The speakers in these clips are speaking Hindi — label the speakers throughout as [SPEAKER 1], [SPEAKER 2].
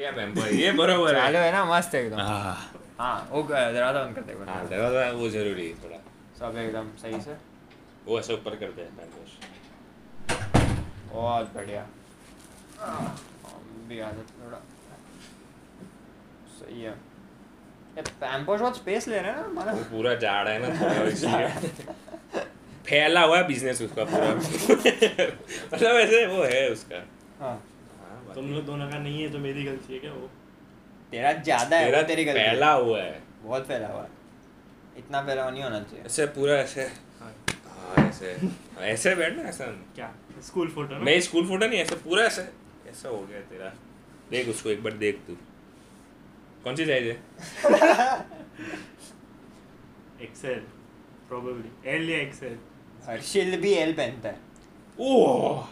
[SPEAKER 1] या पॅम्पर हे बरोबर
[SPEAKER 2] चालू
[SPEAKER 1] आहे
[SPEAKER 2] आहे ना मस्त एकदम
[SPEAKER 1] हा
[SPEAKER 2] हाँ वो क- दरवाजा बंद करते
[SPEAKER 1] हाँ,
[SPEAKER 2] हैं
[SPEAKER 1] दरवाजा वो जरूरी है थोड़ा
[SPEAKER 2] सब एकदम सही से
[SPEAKER 1] वो ऐसे ऊपर करते हैं पैंतोष
[SPEAKER 2] बहुत बढ़िया हम भी आदत थोड़ा सही है ये पैम्पोस बहुत स्पेस ले रहे हैं ना
[SPEAKER 1] वो
[SPEAKER 2] हमारा
[SPEAKER 1] पूरा जाड़ है ना थोड़ा इसलिए फैला हुआ बिजनेस उसका
[SPEAKER 3] हाँ।
[SPEAKER 1] पूरा मतलब ऐसे वो है उसका
[SPEAKER 2] हाँ
[SPEAKER 1] हाँ, बाकी
[SPEAKER 3] तुम लोग दोनों का नहीं है तो मेरी गलती है क्या वो
[SPEAKER 2] तेरा ज्यादा है
[SPEAKER 1] तेरा
[SPEAKER 2] वो तेरी गलती है।
[SPEAKER 1] फैला हुआ है
[SPEAKER 2] बहुत फैला हुआ है इतना फैला हुआ नहीं होना चाहिए
[SPEAKER 1] ऐसे पूरा ऐसे
[SPEAKER 3] हाँ।
[SPEAKER 1] हाँ ऐसे ऐसे बैठना ऐसा
[SPEAKER 3] क्या स्कूल फोटो ना
[SPEAKER 1] नहीं स्कूल फोटो नहीं ऐसे पूरा ऐसे ऐसा हो गया तेरा देख उसको एक बार देख तू कौन सी साइज है
[SPEAKER 3] एक्सेल प्रोबेबली एल या एक्सेल
[SPEAKER 2] हर्षिल भी एल पहनता है
[SPEAKER 1] ओह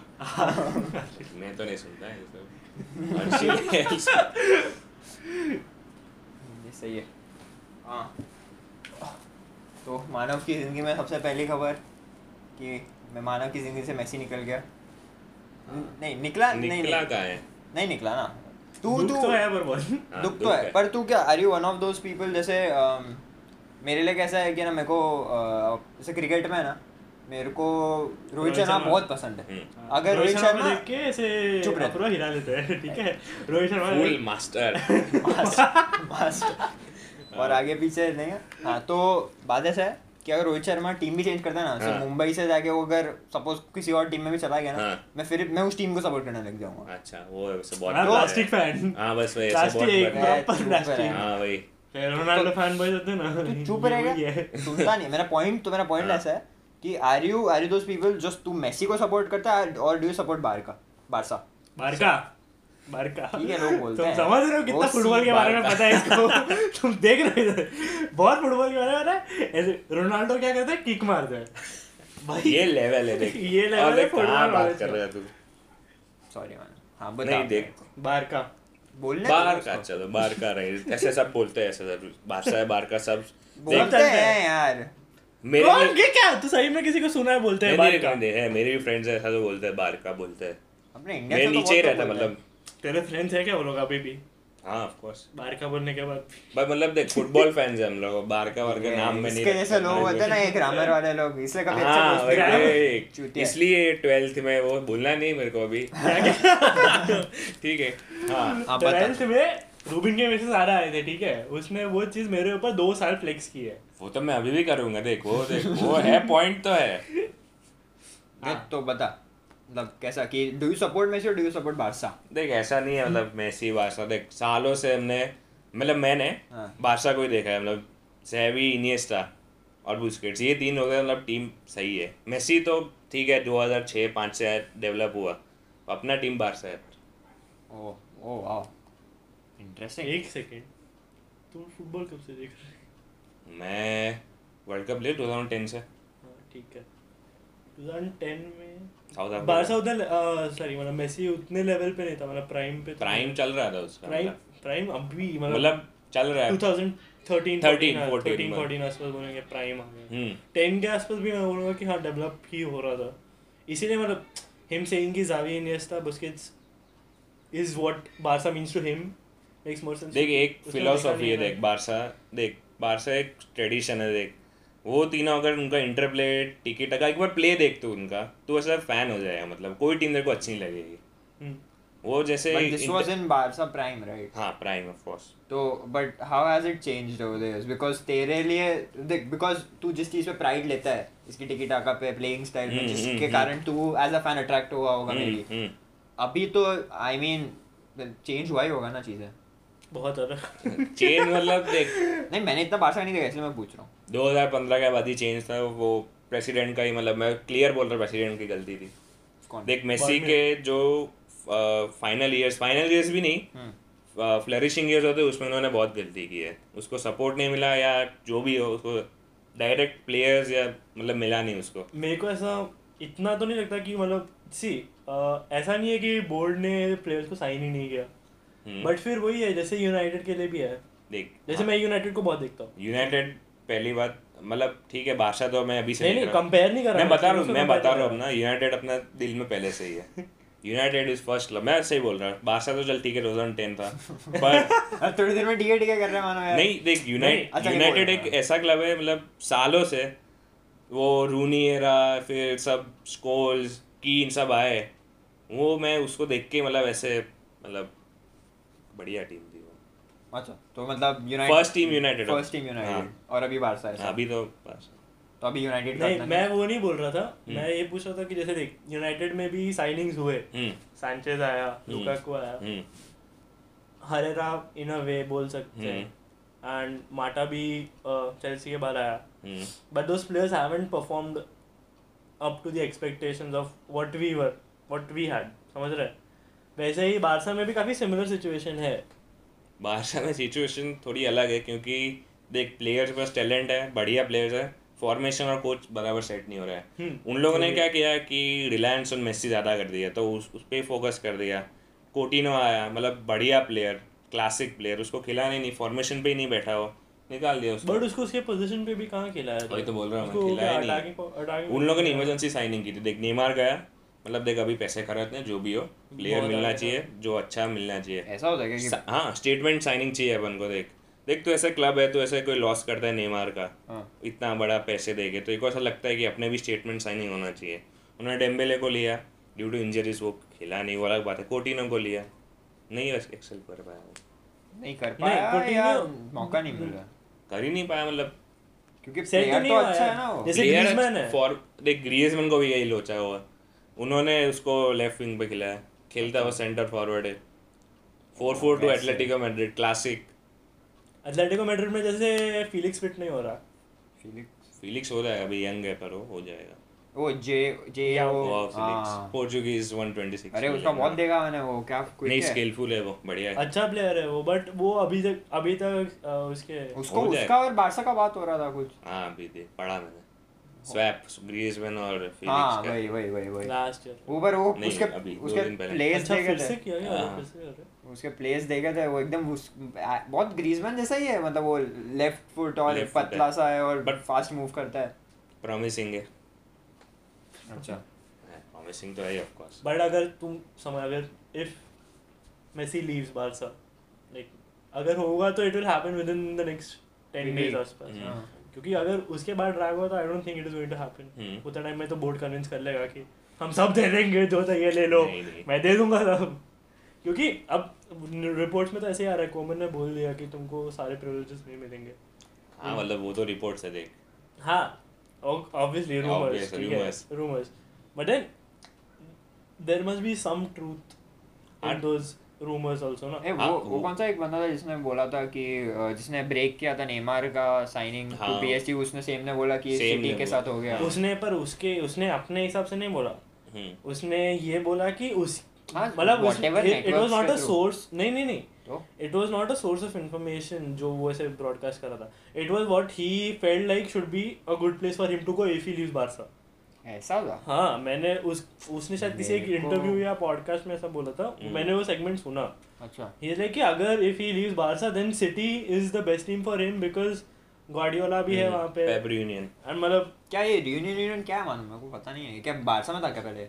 [SPEAKER 1] मैं तो नहीं सुनता है ये सब हर्षिल हेल्स।
[SPEAKER 2] ये सही है हाँ तो मानव की ज़िंदगी में सबसे पहली खबर कि मैं मानव की ज़िंदगी से मैसी निकल गया नहीं निकला नहीं
[SPEAKER 1] निकला का है
[SPEAKER 2] नहीं निकला ना तू
[SPEAKER 3] दुख
[SPEAKER 2] तू
[SPEAKER 3] तो है पर बहुत
[SPEAKER 1] हाँ,
[SPEAKER 2] दुख तो है पर तू क्या are you one of those people जैसे अम, मेरे लिए कैसा है कि ना मेरे को अ, जैसे क्रिकेट में है ना मेरे को रोहित
[SPEAKER 3] रोहित
[SPEAKER 2] शर्मा
[SPEAKER 3] शर्मा।
[SPEAKER 2] बहुत पसंद है
[SPEAKER 1] हम्म।
[SPEAKER 3] हाँ,
[SPEAKER 2] अगर रोहित
[SPEAKER 3] को
[SPEAKER 2] शर्मा
[SPEAKER 3] देख के ऐसे
[SPEAKER 2] चुप रहता।
[SPEAKER 3] अथवा हिला लेते हैं ठीक है Rohit Sharma
[SPEAKER 1] full master
[SPEAKER 2] master- master. और आगे पीछे नहीं है हाँ तो बात ऐसा है कि अगर रोहित शर्मा टीम भी चेंज करता है ना
[SPEAKER 1] हाँ।
[SPEAKER 2] जैसे मुंबई से जाके वो अगर सपोज किसी और टीम में भी चला गया ना
[SPEAKER 1] हाँ।
[SPEAKER 2] मैं फिर मैं उस टीम को सपोर्ट करने लग जाऊंगा
[SPEAKER 1] अच्छा वो है, उससे बहुत
[SPEAKER 3] हाँ,
[SPEAKER 1] बड़ा है।
[SPEAKER 3] Plastic fan.
[SPEAKER 1] हाँ बस वही ऐसे बहुत
[SPEAKER 3] प्लास्टिक एक
[SPEAKER 1] बड़ा है।
[SPEAKER 2] बार-
[SPEAKER 3] proper प्लास्टिक
[SPEAKER 2] हाँ।
[SPEAKER 1] हाँ भाई
[SPEAKER 3] रोनाल्डो फैन बॉय होते हैं ना
[SPEAKER 2] तू चुप
[SPEAKER 3] ये वही
[SPEAKER 2] रहेगा
[SPEAKER 3] है।
[SPEAKER 2] सुनता नहीं मेरा पॉइंट तो मेरा पॉइंट
[SPEAKER 1] हाँ।
[SPEAKER 2] ऐसा है कि are you are you those people जो तू मेसी को सपोर्ट करता है और do you support Barca Barca
[SPEAKER 3] Barca Barca
[SPEAKER 2] ठीक है, लोग बोलते
[SPEAKER 3] तुम
[SPEAKER 2] हैं।
[SPEAKER 3] समझ रहे हो
[SPEAKER 2] वो
[SPEAKER 3] कितना फुटबॉल के बारे में
[SPEAKER 1] बारका।
[SPEAKER 3] पता है इसको तुम देख रहे हो इधर बहुत फुटबॉल के बारे में पता है ऐसे रोनाल्डो क्या करता है किक मारता है भाई
[SPEAKER 1] ये लेवल है देख
[SPEAKER 3] ये level
[SPEAKER 1] और
[SPEAKER 3] है
[SPEAKER 1] देख
[SPEAKER 3] फुटबॉल
[SPEAKER 1] कहाँ बात
[SPEAKER 3] वाले
[SPEAKER 1] कर
[SPEAKER 3] से।
[SPEAKER 1] रहा है तू
[SPEAKER 2] सॉरी मैन हाँ बता
[SPEAKER 1] नहीं देख
[SPEAKER 3] बारका
[SPEAKER 2] बोलने
[SPEAKER 1] बार
[SPEAKER 2] दो
[SPEAKER 1] का अच्छा।
[SPEAKER 2] उसको।
[SPEAKER 1] चलो बार का रहे ऐसे सब बोलते हैं ऐसे सब बादशाह है बार का सब देख
[SPEAKER 2] बोलते हैं यार
[SPEAKER 1] मेरे
[SPEAKER 3] कौन
[SPEAKER 1] भी-
[SPEAKER 3] ये क्या तू सही में किसी को सुना है बोलते हैं
[SPEAKER 1] नहीं, नहीं,
[SPEAKER 3] बारका
[SPEAKER 1] नहीं, है मेरे भी फ्रेंड्स ऐसा जो बोलते हैं बार का बोलते हैं
[SPEAKER 2] अपने इंडिया
[SPEAKER 1] मेरे
[SPEAKER 2] से तो
[SPEAKER 1] नीचे ही
[SPEAKER 2] बहुत
[SPEAKER 1] रहता है,
[SPEAKER 2] लोग बोलते हैं।
[SPEAKER 1] मतलब
[SPEAKER 3] तेरे फ्रेंड्स है क्या वो लोग अभी भी
[SPEAKER 1] हाँ ऑफ कोर्स
[SPEAKER 3] बारका बोलने के बाद भी?
[SPEAKER 1] भाई मतलब देख फुटबॉल फैंस हैं हम लोग बार का
[SPEAKER 2] Eh,
[SPEAKER 1] वर्ग नाम में नहीं
[SPEAKER 2] इसके जैसे
[SPEAKER 1] रखते
[SPEAKER 2] लोग
[SPEAKER 1] हमारे
[SPEAKER 2] होते हैं ना एक ग्रामर वाले लोग इसलिए कभी अच्छा
[SPEAKER 1] हाँ
[SPEAKER 2] दोस्त
[SPEAKER 1] वही,
[SPEAKER 2] नहीं बना।
[SPEAKER 1] वही।
[SPEAKER 2] चूतिया।
[SPEAKER 1] इसलिए ट्वेल्थ में वो भूलना नहीं मेरे को अभी ठीक है हाँ
[SPEAKER 2] हाँ, बता।
[SPEAKER 3] 12th में रूबिन के मैसेज आ रहा आए थे ठीक है उसने वो चीज मेरे ऊपर दो साल फ्लेक्स की है
[SPEAKER 1] वो तो मैं अभी भी करूंगा देख वो देख वो है पॉइंट तो है
[SPEAKER 2] देख, तो बता मतलब कैसा कि डू यू सपोर्ट मेसी और डू यू सपोर्ट बारसा
[SPEAKER 1] देख ऐसा नहीं है मतलब मेसी बादशाह देख सालों से हमने मतलब मैंने
[SPEAKER 2] हाँ।
[SPEAKER 1] बादशाह को ही देखा है मतलब सैवी इनियस्टा और बुस्केट्स ये तीन हो गए मतलब टीम सही है मेसी तो ठीक है 2006 5 से डेवलप हुआ अपना टीम बादशाह है
[SPEAKER 2] ओ ओ वाओ इंटरेस्टिंग
[SPEAKER 3] एक सेकेंड तू फुटबॉल कब से देख रहा है
[SPEAKER 1] मैं वर्ल्ड कप ले 2010 से
[SPEAKER 3] हाँ, ठीक है 2010 में
[SPEAKER 1] साउथ अफ्रीका।
[SPEAKER 3] बारसा उतना सॉरी मतलब मेसी उतने लेवल पे नहीं था मतलब प्राइम पे
[SPEAKER 1] प्राइम चल रहा था उसका
[SPEAKER 3] प्राइम
[SPEAKER 1] मतलब।
[SPEAKER 3] प्राइम अभी मतलब
[SPEAKER 1] मतलब चल रहा है
[SPEAKER 3] 2013
[SPEAKER 1] 13,
[SPEAKER 3] 14
[SPEAKER 1] 14,
[SPEAKER 3] 13
[SPEAKER 1] मतलब।
[SPEAKER 3] 14 हाँ, आसपास बोलेंगे प्राइम आ गया
[SPEAKER 1] हम्म
[SPEAKER 3] टेन के आसपास भी मैं बोलूँगा कि हाँ डेवलप ही हो रहा था इसीलिए मतलब हिम सेइंग कि Xavi Iniesta Busquets is what Barca means to him makes more sense
[SPEAKER 1] देख एक फिलोसॉफी है देख बारसा देख बारसा एक ट्रेडिशन है देख वो तीनों अगर उनका इंटरप्ले टिकी टका एक बार प्ले देख तू उनका तू ऐसा फैन हो जाएगा मतलब कोई टीम तेरे को अच्छी नहीं लगेगी
[SPEAKER 3] हम्म,
[SPEAKER 1] वो जैसे
[SPEAKER 2] but this was in Barca prime right
[SPEAKER 1] हाँ प्राइम ऑफ कोर्स
[SPEAKER 2] तो but how has it changed over the years because तेरे लिए देख बिकॉज तू जिस चीज पे प्राइड लेता है इसकी टिकी टाका पे प्लेइंग स्टाइल पे
[SPEAKER 1] हम्म, हम्म,
[SPEAKER 2] जिसके
[SPEAKER 1] हम्म।
[SPEAKER 2] कारण तू एज अ फैन अट्रैक्ट हुआ होगा
[SPEAKER 1] Hmm,
[SPEAKER 2] मेरी अभी तो आई मीन चेंज हुआ ही होगा ना चीजें
[SPEAKER 3] बहुत ज़्यादा
[SPEAKER 1] चेंज मतलब देख
[SPEAKER 2] नहीं मैंने इतना बारसा नहीं देखा इसलिए मैं पूछ रहा हूँ
[SPEAKER 1] 2015 के बाद ही चेंज था वो प्रेसिडेंट का ही मतलब मैं क्लियर बोल रहा प्रेसिडेंट की गलती थी
[SPEAKER 2] कौन
[SPEAKER 1] देख मेसी
[SPEAKER 3] बाद में।
[SPEAKER 1] के जो फाइनल ईयर्स फाइनल ईयर्स भी नहीं
[SPEAKER 2] हम्म,
[SPEAKER 1] फ्लरिशिंग ईयर्स होते हैं, उसमें उन्होंने बहुत गलती की है उसको सपोर्ट नहीं मिला या जो भी हो उसको डायरेक्ट प्लेयर्स या मतलब मिला नहीं उसको
[SPEAKER 3] मेरे को ऐसा इतना तो नहीं लगता कि मतलब सी ऐसा नहीं है कि बोर्ड ने प्लेयर्स को साइन ही नहीं किया
[SPEAKER 1] हम्म।
[SPEAKER 3] बट फिर वही है जैसे यूनाइटेड के लिए भी है
[SPEAKER 1] देख
[SPEAKER 3] जैसे मैं यूनाइटेड को बहुत देखता हूँ
[SPEAKER 1] यूनाइटेड पहली बात मतलब ठीक है बादशाह तो मैं अभी से
[SPEAKER 3] नहीं
[SPEAKER 1] नहीं
[SPEAKER 3] नहीं
[SPEAKER 1] कर रहा हूँ।
[SPEAKER 3] कंपेयर नहीं कर रहा
[SPEAKER 1] मैं बता
[SPEAKER 3] मैं
[SPEAKER 1] रहा हूँ मैं
[SPEAKER 3] उसको
[SPEAKER 1] बता
[SPEAKER 3] compare
[SPEAKER 1] रहा
[SPEAKER 3] कर
[SPEAKER 1] हूँ ना यूनाइटेड अपना दिल में पहले से ही है यूनाइटेड इज फर्स्ट क्लब मैं सही बोल रहा हूँ बारसा तो चल ठीक है 2010 था पर
[SPEAKER 2] अब थोड़ी देर हाँ, में डीए डीए कर रहे हैं मानो यार
[SPEAKER 1] नहीं देख
[SPEAKER 2] अच्छा,
[SPEAKER 1] यूनाइट
[SPEAKER 2] नहीं
[SPEAKER 1] यूनाइटेड
[SPEAKER 2] बोल
[SPEAKER 1] एक
[SPEAKER 2] रहा।
[SPEAKER 1] ऐसा क्लब है मतलब सालों से वो रूनी एरा फिर सब स्कोल्स कीन सब आए वो मैं उसको देख के मतलब ऐसे मतलब बढ़िया टीम थी वो
[SPEAKER 2] अच्छा तो मतलब United
[SPEAKER 1] first team United
[SPEAKER 2] first team United
[SPEAKER 1] हाँ।
[SPEAKER 2] और अभी बारसा है
[SPEAKER 1] अभी तो पास
[SPEAKER 2] तो अभी यूनाइटेड
[SPEAKER 3] नहीं मैं वो नहीं बोल रहा था मैं ये पूछ रहा था कि जैसे देख यूनाइटेड में भी साइनिंग्स हुए
[SPEAKER 1] हम्म
[SPEAKER 3] सैंचेज आया लुकाकू आया
[SPEAKER 1] हम्म
[SPEAKER 3] हरेरा इन अ वे बोल सकते
[SPEAKER 1] हम्म।
[SPEAKER 3] हैं एंड माटा भी चेल्सी के बाहर आया
[SPEAKER 1] हम्म
[SPEAKER 3] but those players haven't performed up to the expectations of what we were what we had समझ रहे वैसे ही बारसा में भी काफी सिमिलर सिचुएशन है
[SPEAKER 1] बारसा में सिचुएशन थोड़ी अलग है क्योंकि देख प्लेयर्स के पास टैलेंट है बढ़िया प्लेयर्स है फॉर्मेशन और कोच बराबर सेट नहीं हो रहा है
[SPEAKER 3] हम्म,
[SPEAKER 1] उन लोगों ने क्या किया कि रिलायंस और मेस्सी ज़्यादा कर दिया तो उस उस पर फोकस कर दिया कोटिनो आया मतलब बढ़िया प्लेयर क्लासिक प्लेयर उसको खिलाने नहीं फॉर्मेशन पे ही नहीं बैठा हो निकाल दिया उसको
[SPEAKER 3] बट उसको उसके पोजीशन पे भी कहाँ खिलाया
[SPEAKER 1] वही तो बोल रहा हूँ मैं,
[SPEAKER 3] उसको
[SPEAKER 1] खिलाया
[SPEAKER 3] क्या
[SPEAKER 1] नहीं।
[SPEAKER 3] attacking po- attacking
[SPEAKER 1] उन लोगों ने इमरजेंसी साइनिंग की थी देख नेमार गया मतलब देख अभी पैसे खर्च हैं जो भी हो प्लेयर
[SPEAKER 3] बहुत
[SPEAKER 1] मिलना
[SPEAKER 3] आगे
[SPEAKER 1] चाहिए जो अच्छा मिलना चाहिए
[SPEAKER 2] ऐसा होता है क्या कि
[SPEAKER 1] सा- हाँ स्टेटमेंट साइनिंग चाहिए अपन को देख देख तो ऐसा क्लब है तो ऐसा कोई लॉस करता है नेमार का
[SPEAKER 2] हाँ।
[SPEAKER 1] इतना बड़ा पैसे देके तो एक ऐसा लगता है कि अपने भी स्टेटमेंट साइनिंग होना चाहिए उन्होंने डेम्बेले को लिया ड्यू टू इंजरीज वो खिला नहीं वो अलग बात है कोटिनो को लिया नहीं एक्सेल कर पाया वो
[SPEAKER 2] नहीं कर
[SPEAKER 3] नहीं,
[SPEAKER 2] पाया
[SPEAKER 3] Coutinho-
[SPEAKER 2] यार मौका नहीं मिल रहा
[SPEAKER 1] कर ही नहीं पाया मतलब
[SPEAKER 2] क्योंकि
[SPEAKER 3] Set तो
[SPEAKER 2] प्लेयर
[SPEAKER 3] नहीं
[SPEAKER 2] तो
[SPEAKER 3] हुआ
[SPEAKER 2] अच्छा
[SPEAKER 3] यार।
[SPEAKER 2] है ना वो
[SPEAKER 3] जैसे
[SPEAKER 1] player
[SPEAKER 3] Griezmann है।
[SPEAKER 1] for- देख ग्रीजमैन को भी यही लोचा हुआ उन्होंने उसको लेफ्ट विंग पे खिलाया खेलता वो सेंटर फॉरवर्ड है four four two Atletico Madrid classic
[SPEAKER 3] Atletico Madrid में जैसे फिलिक्स फिट नहीं हो रहा
[SPEAKER 2] फिलिक्स
[SPEAKER 1] फिलिक्स हो जाएगा अभी यंग है पर वो हो जाएगा
[SPEAKER 2] वो जे जे वो हाँ।
[SPEAKER 1] पोर्चुगीज 126
[SPEAKER 2] अरे उसका बहुत देखा मैंने वो क्या क्विक
[SPEAKER 1] नहीं
[SPEAKER 2] है
[SPEAKER 1] स्किलफुल है वो बढ़िया है
[SPEAKER 3] अच्छा प्लेयर है वो बट वो अभी तक अभी तक अ, उसके
[SPEAKER 2] उसको
[SPEAKER 1] हो
[SPEAKER 2] उसका
[SPEAKER 1] जाएगा।
[SPEAKER 2] और बारसा का बात हो रहा था कुछ
[SPEAKER 1] हाँ अभी दे पढ़ा मैंने स्वैप ग्रीजमैन और
[SPEAKER 2] हाँ
[SPEAKER 1] फिलिक्स का
[SPEAKER 2] वही वही वही वही
[SPEAKER 3] लास्ट ईयर
[SPEAKER 2] वो पर वो
[SPEAKER 1] नहीं,
[SPEAKER 2] उसके
[SPEAKER 1] अभी दो
[SPEAKER 2] उसके
[SPEAKER 1] दिन पहले।
[SPEAKER 2] प्लेस
[SPEAKER 3] अच्छा
[SPEAKER 2] देखे
[SPEAKER 3] फिर से
[SPEAKER 2] थे
[SPEAKER 3] किया गया
[SPEAKER 1] हाँ।
[SPEAKER 3] फिर से अरे।
[SPEAKER 2] उसके प्लेस देखे थे वो एकदम उस आ- बहुत ग्रीजमैन जैसा ही है मतलब वो लेफ्ट फुट और
[SPEAKER 1] Left foot है।
[SPEAKER 2] पतला सा है और
[SPEAKER 1] But-
[SPEAKER 2] फास्ट मूव करता है
[SPEAKER 1] प्रॉमिसिंग है
[SPEAKER 2] अच्छा
[SPEAKER 1] हाँ। प्रॉमिसिंग तो है ऑफ कोर्स
[SPEAKER 3] बट अगर तुम समझ अगर if Messi leaves Barca like अगर होगा तो it will happen with in the next 10 days
[SPEAKER 2] Maybe.
[SPEAKER 3] आसपास
[SPEAKER 1] Hmm.
[SPEAKER 3] क्योंकि अगर उसके बाद ड्रैग हुआ तो I don't think it is going to happen
[SPEAKER 1] hmm.
[SPEAKER 3] उतना टाइम में तो बोर्ड कन्विंस कर लेगा कि हम सब दे देंगे जो चाहिए ले लो
[SPEAKER 1] नहीं, नहीं।
[SPEAKER 3] मैं दे दूंगा सब क्योंकि अब रिपोर्ट्स में तो ऐसे ही आ रहा है कोमन ने बोल दिया कि तुमको सारे प्रिविलेजेस नहीं मिलेंगे
[SPEAKER 1] हाँ मतलब वो तो रिपोर्ट्स है देख
[SPEAKER 3] हाँ ऑब्वियसली
[SPEAKER 1] Yeah,
[SPEAKER 3] रूमर्स
[SPEAKER 1] obvious,
[SPEAKER 3] ठीक है
[SPEAKER 1] rumors.
[SPEAKER 3] Rumours but then there must be some truth in
[SPEAKER 1] हाँ।
[SPEAKER 3] दोस रूमर्स आल्सो ना
[SPEAKER 2] ए वो
[SPEAKER 1] हाँ,
[SPEAKER 2] वो
[SPEAKER 1] वो-
[SPEAKER 2] कौन सा एक बंदा था जिसने बोला था कि अ, जिसने ब्रेक किया था नेमार का साइनिंग टू
[SPEAKER 1] हाँ।
[SPEAKER 2] पीएसजी उसने सेम ने बोला कि
[SPEAKER 1] Same
[SPEAKER 2] सिटी
[SPEAKER 1] ने
[SPEAKER 2] के
[SPEAKER 1] बोला।
[SPEAKER 2] साथ हो गया
[SPEAKER 3] उसने पर उसके उसने अपने हिसाब से नहीं बोला
[SPEAKER 1] हम्म
[SPEAKER 3] उसने ये बोला कि उस
[SPEAKER 2] हाँ,
[SPEAKER 3] मतलब
[SPEAKER 2] whatever
[SPEAKER 3] it was
[SPEAKER 2] networks
[SPEAKER 3] not
[SPEAKER 2] के
[SPEAKER 3] अ
[SPEAKER 2] through।
[SPEAKER 3] सोर्स नहीं नहीं नहीं
[SPEAKER 2] तो?
[SPEAKER 3] It was not a source of information जो वो ऐसे ब्रॉडकास्ट कर रहा था it was what he felt like should be a good place for him to go if he leaves Barca
[SPEAKER 2] ऐसा था
[SPEAKER 3] हाँ मैंने उस उसने शायद किसी एक
[SPEAKER 2] मेरे को-
[SPEAKER 3] इंटरव्यू या पॉडकास्ट में ऐसा बोला था
[SPEAKER 1] हम्म।
[SPEAKER 3] मैंने वो सेगमेंट सुना
[SPEAKER 2] अच्छा
[SPEAKER 3] ये लाइक कि अगर if he leaves Barca then City is the best team for him because Guardiola भी
[SPEAKER 1] हम्म।
[SPEAKER 3] है वहाँ पे
[SPEAKER 1] पेप यूनियन
[SPEAKER 3] एंड मतलब
[SPEAKER 2] क्या ये रियूनियन रियूनियन क्या है मालूम मेरे को पता नहीं है क्या बारसा में था क्या पहले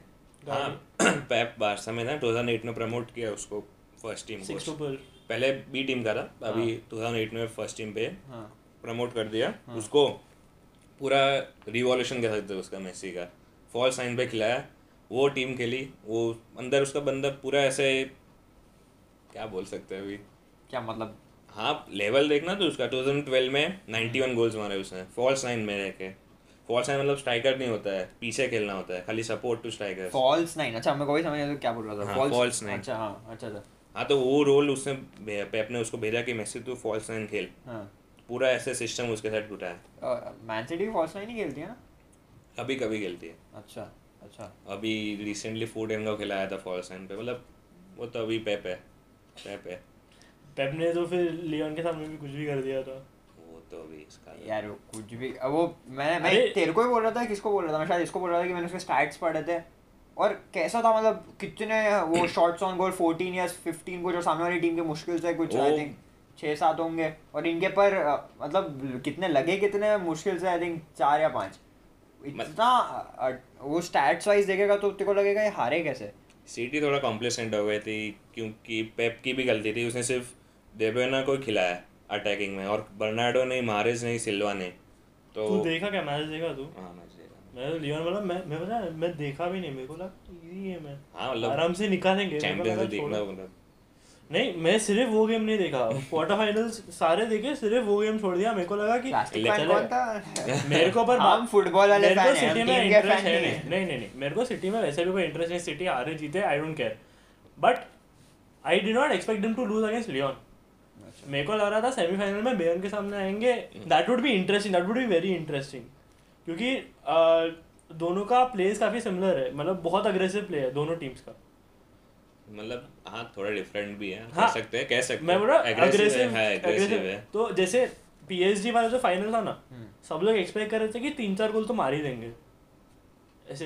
[SPEAKER 1] हाँ पेप बारसा में ना 2008 में प्रमोट किया उसको फर्स्ट टीम
[SPEAKER 3] सिक्स
[SPEAKER 1] को
[SPEAKER 3] ट्रिपल
[SPEAKER 1] पहले बी टीम का था अभी 2008 में फर्स्ट टीम पे
[SPEAKER 2] हाँ
[SPEAKER 1] प्रमोट कर दिया उसको पूरा रिवॉल्यूशन कह सकते हो उसका मेसी का फॉल साइन पे खिलाया वो टीम खेली वो अंदर उसका बंदा पूरा ऐसे क्या बोल सकते हैं अभी
[SPEAKER 2] क्या मतलब
[SPEAKER 1] हाँ लेवल देखना तो उसका 2012 में 91 गोल्स मारे उसने फॉल साइन में रह के फॉल साइन मतलब स्ट्राइकर नहीं होता है पीछे खेलना होता है खाली support to striker
[SPEAKER 2] false nine अच्छा मेरे को भी समझ नहीं आया तो क्या बोल रहा था
[SPEAKER 1] हाँ,
[SPEAKER 2] false-
[SPEAKER 1] false nine।
[SPEAKER 2] अच्छा हाँ अच्छा था
[SPEAKER 1] हाँ तो वो रोल उसने पेप ने उसको भेजा कि मेसी तू फॉल साइन खेल
[SPEAKER 2] हाँ
[SPEAKER 1] पूरा ऐसे सिस्टम उसके साथ टूटा है
[SPEAKER 2] मैन सिटी भी फॉल्स नाइन ही खेलती है ना
[SPEAKER 1] कभी कभी खेलती है
[SPEAKER 2] अच्छा अच्छा
[SPEAKER 1] अभी रिसेंटली फूड एंड का खिलाया था फॉर साइन पे मतलब वो तो अभी पेप है पेप है
[SPEAKER 3] पेप ने तो फिर लियोन के सामने भी कुछ भी कर दिया था
[SPEAKER 1] वो तो अभी इसका
[SPEAKER 2] यार वो कुछ भी अब वो मैं मैं
[SPEAKER 3] अरे-
[SPEAKER 2] तेरे को ही बोल रहा था किसको बोल रहा था मैं शायद इसको बोल रहा था कि मैंने उसके स्टैट्स पढ़े थे और कैसा था मतलब कितने वो शॉट्स ऑन गोल 14 या 15 को जो सामने वाली टीम के मुश्किल से कुछ आई
[SPEAKER 1] वो-
[SPEAKER 2] थिंक छः सात होंगे और इनके पर अ, मतलब कितने लगे कितने मुश्किल से आई थिंक चार या पाँच इतना अ, वो स्टैट्स वाइज देखेगा तो तेरे को लगेगा ये हारे कैसे
[SPEAKER 1] सिटी थोड़ा कॉम्प्लेसेंट हो गई थी क्योंकि पेप की भी गलती थी उसने सिर्फ देबेना को ही खिलाया अटैकिंग में और बर्नाडो नहीं मारेज नहीं सिल्वा ने तो
[SPEAKER 3] तू देखा क्या मैच देखा तू
[SPEAKER 1] हाँ मैच देखा
[SPEAKER 3] मैं तो लियोन बोला मैं मैं पता है, मैं देखा भी नहीं मेरे को लगा इजी है मैं
[SPEAKER 1] हाँ मतलब
[SPEAKER 3] आराम से निकालेंगे मेरे को
[SPEAKER 1] चैंपियंस
[SPEAKER 3] लगा
[SPEAKER 1] लीग देखना
[SPEAKER 3] छोड़ो।
[SPEAKER 1] मतलब
[SPEAKER 3] नहीं मैं सिर्फ वो गेम नहीं देखा क्वार्टर फाइनल्स सारे देखे सिर्फ वो गेम छोड़ दिया मेरे को लगा कि
[SPEAKER 2] प्लास्टिक
[SPEAKER 1] fan
[SPEAKER 2] फैन
[SPEAKER 3] चलेगा।
[SPEAKER 2] कौन था
[SPEAKER 3] मेरे को पर
[SPEAKER 2] हम फुटबॉल वाले
[SPEAKER 3] मेरे को
[SPEAKER 2] फैन हैं
[SPEAKER 3] सिटी
[SPEAKER 2] हम
[SPEAKER 3] में
[SPEAKER 2] टीम के
[SPEAKER 3] इंटरेस्ट
[SPEAKER 2] फैन
[SPEAKER 3] है
[SPEAKER 2] नहीं
[SPEAKER 3] नहीं
[SPEAKER 2] हैं
[SPEAKER 3] नहीं नहीं मेरे को सिटी में वैसे भी कोई इंटरेस्ट नहीं सिटी हारे जीते I don't care but I did not expect them to lose against Lyon
[SPEAKER 2] अच्छा।
[SPEAKER 3] मेरे को लग रहा था सेमीफाइनल में बेयर्न के सामने आएंगे that would be interesting that would be very interesting क्योंकि अह, दोनों का प्लेस काफी सिमिलर है मतलब बहुत अग्रेसिव प्ले है दोनों टीम्स का
[SPEAKER 1] मतलब हाँ थोड़ा डिफरेंट भी है
[SPEAKER 3] हाँ।
[SPEAKER 1] कह सकते हैं कह सकते
[SPEAKER 3] मैं बोल रहा
[SPEAKER 1] हैं
[SPEAKER 3] अग्रेसिव
[SPEAKER 1] अग्रेसिव है अग्रेसिव है
[SPEAKER 3] तो जैसे पीएसजी वाला जो फाइनल था ना
[SPEAKER 2] हम्म।
[SPEAKER 3] सब लोग एक्सपेक्ट कर रहे थे कि तीन चार गोल तो मार ही देंगे ऐसे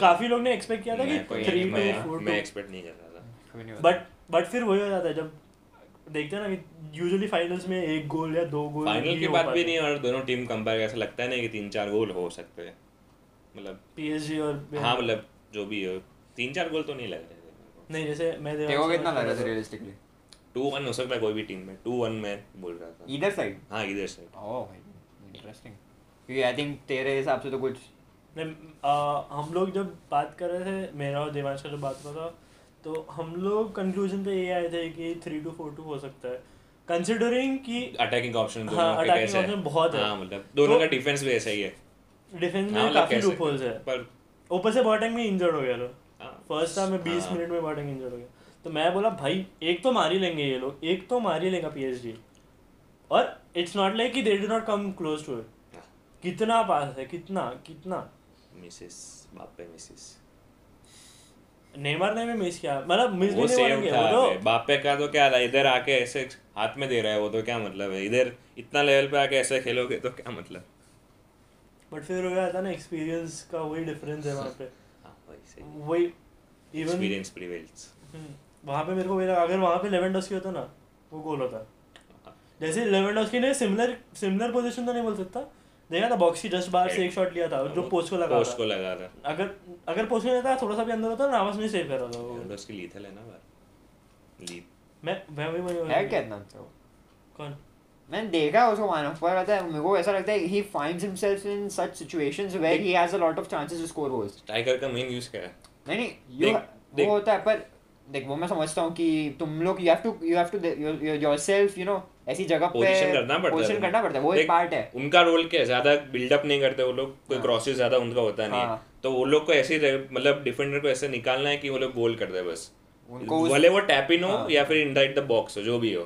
[SPEAKER 3] काफी लोग ने एक्सपेक्ट किया था कि
[SPEAKER 1] मैं कोई-
[SPEAKER 3] थ्री टू
[SPEAKER 1] मैं-
[SPEAKER 3] फोर
[SPEAKER 1] मैं
[SPEAKER 3] टू
[SPEAKER 1] एक्सपेक्ट नहीं कर रहा था
[SPEAKER 2] कोई नहीं
[SPEAKER 3] बट बट फिर वही हो जाता है जब देखते हैं ना कि यूजुअली फाइनल्स में एक गोल या दो गोल
[SPEAKER 1] फाइनल की बात भी नहीं और दोनों टीम कंपेयर ऐसा लगता है ना कि तीन चार गोल हो सकते हैं मतलब
[SPEAKER 3] पीएसजी और
[SPEAKER 1] हाँ मतलब जो भी हो तीन चार गोल तो नहीं लग रहे
[SPEAKER 3] नहीं जैसे मैं
[SPEAKER 2] होता।
[SPEAKER 3] देवांश
[SPEAKER 2] तेरे को
[SPEAKER 3] को
[SPEAKER 2] कितना लग रहा था
[SPEAKER 3] बोला
[SPEAKER 2] रियलिस्टिकली
[SPEAKER 1] टू वन हो सकता है कोई भी टीम में टू वन में बोल रहा था
[SPEAKER 2] इधर साइड
[SPEAKER 1] हाँ इधर से
[SPEAKER 2] ओह Oh, भाई इंटरेस्टिंग क्योंकि आई थिंक तेरे हिसाब से तो कुछ
[SPEAKER 3] नहीं, आ, हम लोग जब बात कर रहे थे मेरा और देवांश का जब बात हो रहा था तो हम लोग कंक्लूजन पे ये आए थे कि थ्री टू फोर टू हो सकता है कंसिडरिंग कि
[SPEAKER 1] अटैकिंग ऑप्शन
[SPEAKER 3] हाँ, attacking option बहुत है।
[SPEAKER 1] हाँ मतलब दोनों
[SPEAKER 3] तो-
[SPEAKER 1] का डिफेंस भी ऐसा ही है
[SPEAKER 3] डिफेंस
[SPEAKER 1] हाँ,
[SPEAKER 3] में
[SPEAKER 1] मतलब
[SPEAKER 3] काफी
[SPEAKER 1] कह सकते
[SPEAKER 3] लूप होल्स
[SPEAKER 1] हैं।
[SPEAKER 3] है
[SPEAKER 1] पर
[SPEAKER 3] ऊपर से बॉटंग में इंजर्ड हो गया था
[SPEAKER 1] हाँ,
[SPEAKER 3] फर्स्ट टाइम में बीस
[SPEAKER 1] हाँ।
[SPEAKER 3] मिनट में बॉटंग इंजर्ड हो गया तो मैं बोला भाई एक तो मार ही लेंगे ये लोग एक तो मार ही लेगा पीएसजी और इट्स नॉट लाइक कि they do not come close to it
[SPEAKER 1] हाँ।
[SPEAKER 3] कितना पास है कितना कितना
[SPEAKER 1] मिसेस बापे मिसेस
[SPEAKER 3] नेमार ने भी मिस किया मतलब मिस भी
[SPEAKER 1] वो
[SPEAKER 3] नहीं
[SPEAKER 1] सेव
[SPEAKER 3] बोलेंगे
[SPEAKER 1] था
[SPEAKER 3] वो
[SPEAKER 1] बे।
[SPEAKER 3] तो
[SPEAKER 1] बापे का तो क्या था इधर आके ऐसे हाथ में दे रहा है वो तो क्या मतलब है इधर इतना लेवल पे आके ऐसे खेलोगे तो क्या मतलब
[SPEAKER 3] बट फिर हो गया था ना एक्सपीरियंस का वही डिफरेंस है वहाँ पे
[SPEAKER 1] हाँ वही सही
[SPEAKER 3] वही इवन
[SPEAKER 1] एक्सपीरियंस प्रिवेल्स
[SPEAKER 3] वहाँ पे मेरे को मेरा अगर वहाँ पे लेवेंडोस्की होता ना वो गोल होता जैसे लेवेंडोस्की ने सिमिलर सिमिलर पोजीशन तो नहीं बोल सकता देखा था बॉक्स की जस्ट बाहर से एक शॉट लिया था जो पोस्ट को लगा
[SPEAKER 1] पोस्ट को
[SPEAKER 3] था
[SPEAKER 1] लगा था
[SPEAKER 3] अगर अगर पोस्ट को लेता थोड़ा सा भी अंदर होता ना आवाज नहीं सेव कर रहा था वो
[SPEAKER 1] विंडोज की लीथल है ना बार लीथ
[SPEAKER 3] मैं मैं भी वही
[SPEAKER 2] है क्या इतना तो
[SPEAKER 3] कौन
[SPEAKER 2] मैंने देखा उसको मानव पर पता है मेरे को ऐसा लगता है he finds himself in such situations where he has a lot of chances to score goals
[SPEAKER 1] tiger का मेन यूज क्या है
[SPEAKER 2] नहीं नहीं you
[SPEAKER 1] देख-
[SPEAKER 2] ha-
[SPEAKER 1] देख-
[SPEAKER 2] वो होता है पर देख वो मैं समझता हूँ कि तुम लोग you have to you have to yourself you know ऐसी जगह पे
[SPEAKER 1] पोजीशन करना पड़ता है
[SPEAKER 2] पोजीशन करना पड़ता है वो एक
[SPEAKER 1] देख,
[SPEAKER 2] पार्ट है
[SPEAKER 1] उनका रोल क्या है ज्यादा बिल्डअप नहीं करते वो लोग कोई
[SPEAKER 2] हाँ।
[SPEAKER 1] क्रॉसेस ज्यादा उनका होता नहीं है
[SPEAKER 2] हाँ।
[SPEAKER 1] तो वो लोग को ऐसे ही रह- मतलब डिफेंडर को ऐसे निकालना है कि वो लोग गोल कर दे बस
[SPEAKER 2] उनको उस-
[SPEAKER 1] भले वो टैप इन हो
[SPEAKER 2] हाँ।
[SPEAKER 1] या फिर इनसाइड द बॉक्स हो जो भी हो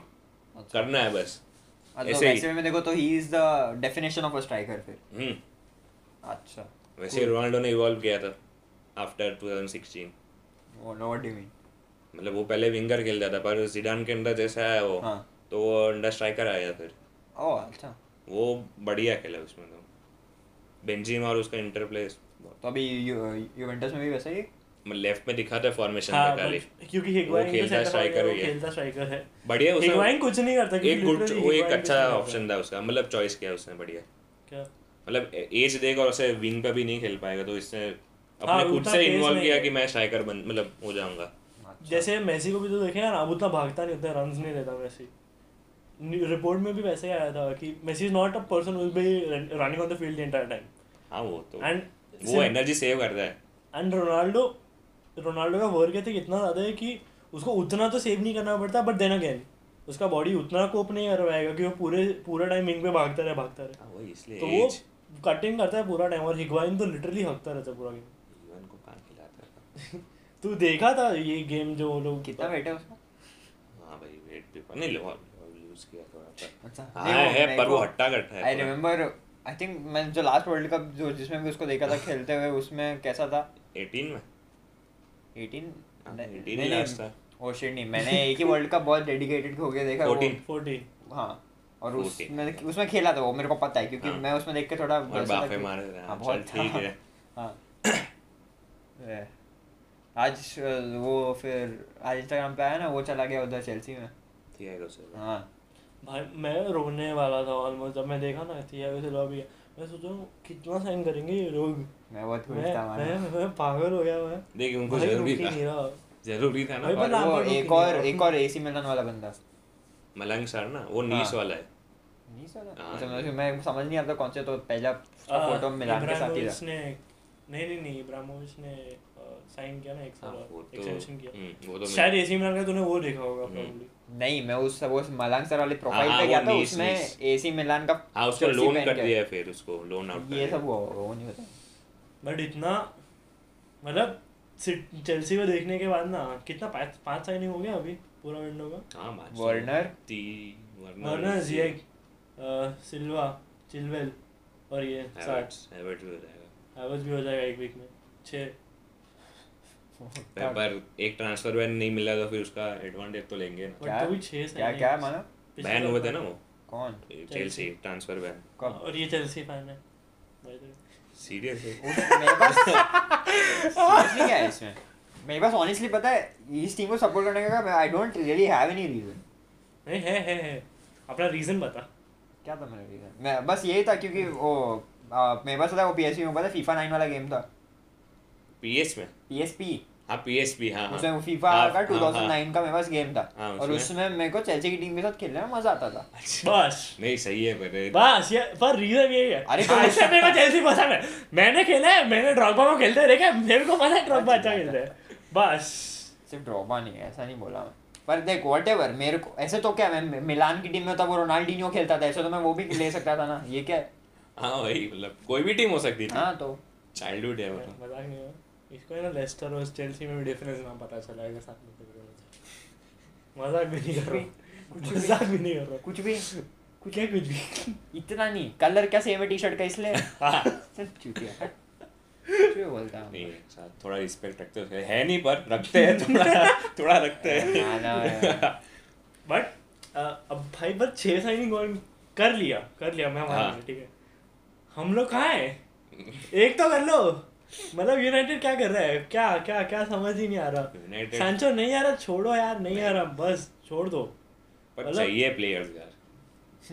[SPEAKER 3] अच्छा।
[SPEAKER 1] करना है बस
[SPEAKER 2] मतलब
[SPEAKER 1] ऐसे ही।
[SPEAKER 2] वैसे में देखो तो he is the definition of a striker फिर
[SPEAKER 1] हम्म
[SPEAKER 2] अच्छा
[SPEAKER 1] वैसे ही रोनाल्डो ने इवॉल्व किया था आफ्टर 2016
[SPEAKER 2] वो नो व्हाट डू मीन
[SPEAKER 1] मतलब वो पहले विंगर खेलता था पर जिडान के अंदर जैसा आया वो
[SPEAKER 2] हाँ।
[SPEAKER 1] तो वो अंडर स्ट्राइकर आया फिर
[SPEAKER 2] ओह अच्छा
[SPEAKER 1] वो बढ़िया खेला उसमें तो बेंजीमा और उसका इंटरप्ले
[SPEAKER 2] तो अभी यूवेंटस में भी वैसा ही
[SPEAKER 1] लेफ्ट मतलब में दिखाता है फॉर्मेशन
[SPEAKER 3] हाँ
[SPEAKER 1] में खाली
[SPEAKER 3] but क्योंकि हिगवाइन
[SPEAKER 1] वो
[SPEAKER 3] तो
[SPEAKER 1] खेलता
[SPEAKER 3] center forward
[SPEAKER 1] striker
[SPEAKER 3] है,
[SPEAKER 1] ही
[SPEAKER 3] वो
[SPEAKER 1] है।
[SPEAKER 3] खेलता striker है
[SPEAKER 1] बढ़िया उसने
[SPEAKER 3] हिगवाइन कुछ नहीं करता क्योंकि
[SPEAKER 1] एक गुड
[SPEAKER 3] literally
[SPEAKER 1] वो एक
[SPEAKER 3] हिगवाइन कुछ
[SPEAKER 1] अच्छा
[SPEAKER 3] नहीं करता।
[SPEAKER 1] ऑप्शन था उसका मतलब चॉइस किया उसने बढ़िया
[SPEAKER 3] क्या
[SPEAKER 1] मतलब एज देख और उसे विंग पे भी नहीं खेल पाएगा तो इसने
[SPEAKER 3] हाँ,
[SPEAKER 1] अपने खुद
[SPEAKER 3] उतना
[SPEAKER 1] से
[SPEAKER 3] pace
[SPEAKER 1] इन्वॉल्व
[SPEAKER 3] नहीं
[SPEAKER 1] किया
[SPEAKER 3] है।
[SPEAKER 1] कि मैं स्ट्राइकर बन मतलब हो जाऊंगा
[SPEAKER 2] अच्छा।
[SPEAKER 3] जैसे मेसी को भी तो देखे ना अब उतना भागता नहीं उतना रन नहीं लेता मेसी रिपोर्ट में भी वैसे ही आया था कि Messi is not a person will be running on the field entire time
[SPEAKER 1] हाँ वो तो
[SPEAKER 3] एंड
[SPEAKER 1] वो एनर्जी सेव करता है
[SPEAKER 3] एंड रोनाल्डो रोनाल्डो का वर्क एथिक इतना ज़्यादा है कि उसको उतना तो सेव नहीं करना पड़ता बट देन अगेन उसका बॉडी उतना कोप नहीं कर पाएगा कि वो पूरे पूरा टाइम विंग पे भागता रहे भागता रहे
[SPEAKER 1] हाँ, वो इसलिए
[SPEAKER 3] तो वो
[SPEAKER 1] age
[SPEAKER 3] कटिंग करता है पूरा टाइम और हिगवाइन तो लिटरली हकता रहता है पूरा गेम
[SPEAKER 1] इवन को कहाँ खिलाता था
[SPEAKER 3] तू देखा था ये गेम जो वो लोग
[SPEAKER 2] कितना वेट है उसका
[SPEAKER 1] हाँ भाई वेट भी नहीं लो लूज किया थोड़ा पर
[SPEAKER 2] अच्छा
[SPEAKER 1] हाँ,
[SPEAKER 2] नहीं, वो
[SPEAKER 1] है,
[SPEAKER 2] मेरे
[SPEAKER 1] पर वो
[SPEAKER 2] को-
[SPEAKER 1] हट्टा कट्टा है
[SPEAKER 2] आई
[SPEAKER 1] थोड़ा।
[SPEAKER 2] रिमेम्बर आई थिंक मैं जो लास्ट वर्ल्ड कप जो जिसमें भी उसको देखा था खेलते हुए उसमें कैसा था
[SPEAKER 1] 18 में
[SPEAKER 2] 18
[SPEAKER 1] हाँ,
[SPEAKER 2] नहीं,
[SPEAKER 1] 18 ही
[SPEAKER 2] नहीं,
[SPEAKER 1] last था।
[SPEAKER 2] ओ शिट नहीं मैंने एक ही वर्ल्ड कप बहुत डेडिकेटेड होके देखा वो-
[SPEAKER 1] 14
[SPEAKER 3] फोर्टीन
[SPEAKER 2] हाँ और
[SPEAKER 1] 14,
[SPEAKER 2] उसमें
[SPEAKER 1] yeah.
[SPEAKER 2] उसमें खेला था वो मेरे को पता है क्योंकि
[SPEAKER 1] हाँ।
[SPEAKER 2] मैं उसमें देख के थोड़ा
[SPEAKER 1] और
[SPEAKER 2] वैसा था
[SPEAKER 1] बाफे
[SPEAKER 2] कि-
[SPEAKER 1] मारे थे, हाँ,
[SPEAKER 2] हाँ
[SPEAKER 1] चल,
[SPEAKER 2] बहुत
[SPEAKER 1] ठीक
[SPEAKER 2] था।
[SPEAKER 1] है।
[SPEAKER 2] हाँ Yeah. आज अ, वो फिर आज इंस्टाग्राम पे आया ना वो चला गया उधर चेल्सी में
[SPEAKER 1] थिएगो सिल्वा
[SPEAKER 2] हाँ
[SPEAKER 3] भाई मैं रोने वाला था ऑलमोस्ट जब मैं देखा ना थियागो सिल्वा भी है मैं सोच रहा हूँ कितना साइन करेंगे ये लोग
[SPEAKER 2] मैं बहुत खुश
[SPEAKER 3] मैं
[SPEAKER 2] था
[SPEAKER 3] मैं
[SPEAKER 2] मानो
[SPEAKER 3] मैं पागल हो गया मैं
[SPEAKER 1] देख उनको
[SPEAKER 3] भाई
[SPEAKER 1] जरूरी
[SPEAKER 3] रुक ही
[SPEAKER 1] था
[SPEAKER 3] नहीं रहा
[SPEAKER 1] जरूरी था ना
[SPEAKER 3] भाई, पर-
[SPEAKER 2] और वो
[SPEAKER 3] लाम्बर्ट
[SPEAKER 2] एक
[SPEAKER 3] नहीं
[SPEAKER 2] और
[SPEAKER 3] है।
[SPEAKER 2] एक और एसी मिलन वाला बंदा
[SPEAKER 1] मलंग सर ना वो नीस
[SPEAKER 2] हाँ।
[SPEAKER 1] वाला है
[SPEAKER 2] नहीं
[SPEAKER 1] हाँ।
[SPEAKER 2] समझ मैं समझ नहीं आता कौन से तो पहला उसका फोटो मिलान के साथ ही
[SPEAKER 3] इब्राहिमोविच
[SPEAKER 2] था
[SPEAKER 3] ने नहीं नहीं नहीं इब्राहिमोविच ने साइन किया ना एक साल
[SPEAKER 1] हाँ, वो
[SPEAKER 3] और
[SPEAKER 1] तो-
[SPEAKER 3] एक्सटेंशन किया
[SPEAKER 1] हम्म, वो तो
[SPEAKER 3] शायद एसी मिलान का तूने वो देखा होगा
[SPEAKER 1] हम्म।
[SPEAKER 3] probably
[SPEAKER 2] नहीं मैं उस वो उस मलांग सर वाली प्रोफाइल
[SPEAKER 1] हाँ,
[SPEAKER 2] पे
[SPEAKER 1] वो
[SPEAKER 2] गया था
[SPEAKER 1] नीस,
[SPEAKER 2] उसमें
[SPEAKER 1] नीस।
[SPEAKER 2] एसी मिलान का
[SPEAKER 1] हाँ उसको
[SPEAKER 2] jersey
[SPEAKER 1] लोन
[SPEAKER 2] पहन
[SPEAKER 1] कर
[SPEAKER 2] के-
[SPEAKER 1] दिया है फिर उसको लोन आउट
[SPEAKER 2] ये सब हुआ होगा वो नहीं होता
[SPEAKER 3] बट इतना मतलब चेल्सी को देखने के बाद ना कितना पाँच पाँच साइनिंग हो गया अभी पूरा विंडो का
[SPEAKER 1] हाँ मैच
[SPEAKER 2] Werner?
[SPEAKER 1] ती
[SPEAKER 3] Werner Ziyech Silva Chilwell uh, और ये साठ
[SPEAKER 1] हैवर्ट्स हैवर्ट्स भी हो जाएगा
[SPEAKER 3] हैवर्स भी हो जाएगा एक वीक में छः
[SPEAKER 1] पर- पर एक ट्रांसफर बैन नहीं मिला तो फिर उसका एडवांटेज तो लेंगे ना
[SPEAKER 3] But तो भी छह
[SPEAKER 2] क्या
[SPEAKER 3] signings।
[SPEAKER 2] क्या माना
[SPEAKER 3] पिछले
[SPEAKER 1] बैन हुए थे ना वो
[SPEAKER 2] कौन
[SPEAKER 1] चेल्सी ट्रांसफर बैन
[SPEAKER 2] कब
[SPEAKER 3] और ये चेल्सी फैन है by the way।
[SPEAKER 1] सीरियस है
[SPEAKER 2] उस- मेरे पास सीरियसली क्या है इसमें मेरे पास ऑनेस्टली पता है इस टीम को सपोर्ट करने का I don't really have any reason
[SPEAKER 3] नहीं है है है अपना रीजन बता
[SPEAKER 2] क्या था मेरा रीजन मैं बस यही था क्योंकि वो आ, मेरे पास था वो पीएसपी में पता फीफा 9 वाला गेम था
[SPEAKER 1] पीएस में
[SPEAKER 2] पीएसपी
[SPEAKER 1] हाँ पीएसपी हाँ हाँ
[SPEAKER 2] उसमें फीफा
[SPEAKER 1] हाँ,
[SPEAKER 2] का
[SPEAKER 1] हाँ,
[SPEAKER 2] 2009 का मेरे पास गेम था
[SPEAKER 1] हाँ,
[SPEAKER 2] और
[SPEAKER 1] उसमें?
[SPEAKER 2] उसमें मेरे को चेल्सी की टीम के साथ खेलने में मजा आता था
[SPEAKER 3] बस
[SPEAKER 1] हाँ। नहीं सही है पर
[SPEAKER 3] बस ये पर रीजन यही है
[SPEAKER 2] अरे
[SPEAKER 3] अरे
[SPEAKER 2] तो-
[SPEAKER 3] तो मेरे को चेल्सी पसंद है मैंने खेला है मैंने ड्रॉगबा को खेलते देखा है, मेरे को पता है ड्रॉगबा अच्छा खेलता है बस
[SPEAKER 2] सिर्फ ड्रॉबा नहीं है ऐसा नहीं बोला मैं पर देख वट मेरे को ऐसे तो क्या मैं मिलान की टीम में था वो रोनाल्डिनियो खेलता था ऐसे तो मैं वो भी ले सकता था ना ये क्या है
[SPEAKER 1] हाँ वही मतलब कोई भी टीम हो सकती थी
[SPEAKER 2] हाँ तो
[SPEAKER 1] चाइल्डहुड है मतलब
[SPEAKER 3] मजाक नहीं हुआ इसको है ना लेस्टर और चेल्सी में भी डिफरेंस ना पता चला है साथ में खेल रहे थे। मजाक भी नहीं कर रहा
[SPEAKER 2] भी।
[SPEAKER 3] मजाक भी नहीं कर रहा
[SPEAKER 2] कुछ भी
[SPEAKER 3] कुछ है कुछ भी
[SPEAKER 2] इतना नहीं कलर क्या सेम है टी शर्ट का इसलिए
[SPEAKER 3] हाँ
[SPEAKER 2] सिर्फ चूतिया कुछ भी बोलता हूँ
[SPEAKER 1] नहीं साथ अच्छा, थोड़ा रिस्पेक्ट रखते हैं है नहीं पर रखते हैं थोड़ा थोड़ा रखते हैं
[SPEAKER 2] ना, ना, ना।
[SPEAKER 3] बट अब भाई बस छः साइनिंग और कर लिया कर लिया मैं
[SPEAKER 1] हाँ।
[SPEAKER 3] मान लिया, ठीक है हम लोग कहाँ हैं एक तो कर लो मतलब यूनाइटेड क्या कर रहा है क्या क्या क्या समझ ही नहीं आ रहा
[SPEAKER 1] United-
[SPEAKER 3] सांचो नहीं आ रहा छोड़ो यार नहीं आ रहा बस छोड़ दो
[SPEAKER 1] पर
[SPEAKER 3] मतलब-
[SPEAKER 1] चाहिए प्लेयर्स यार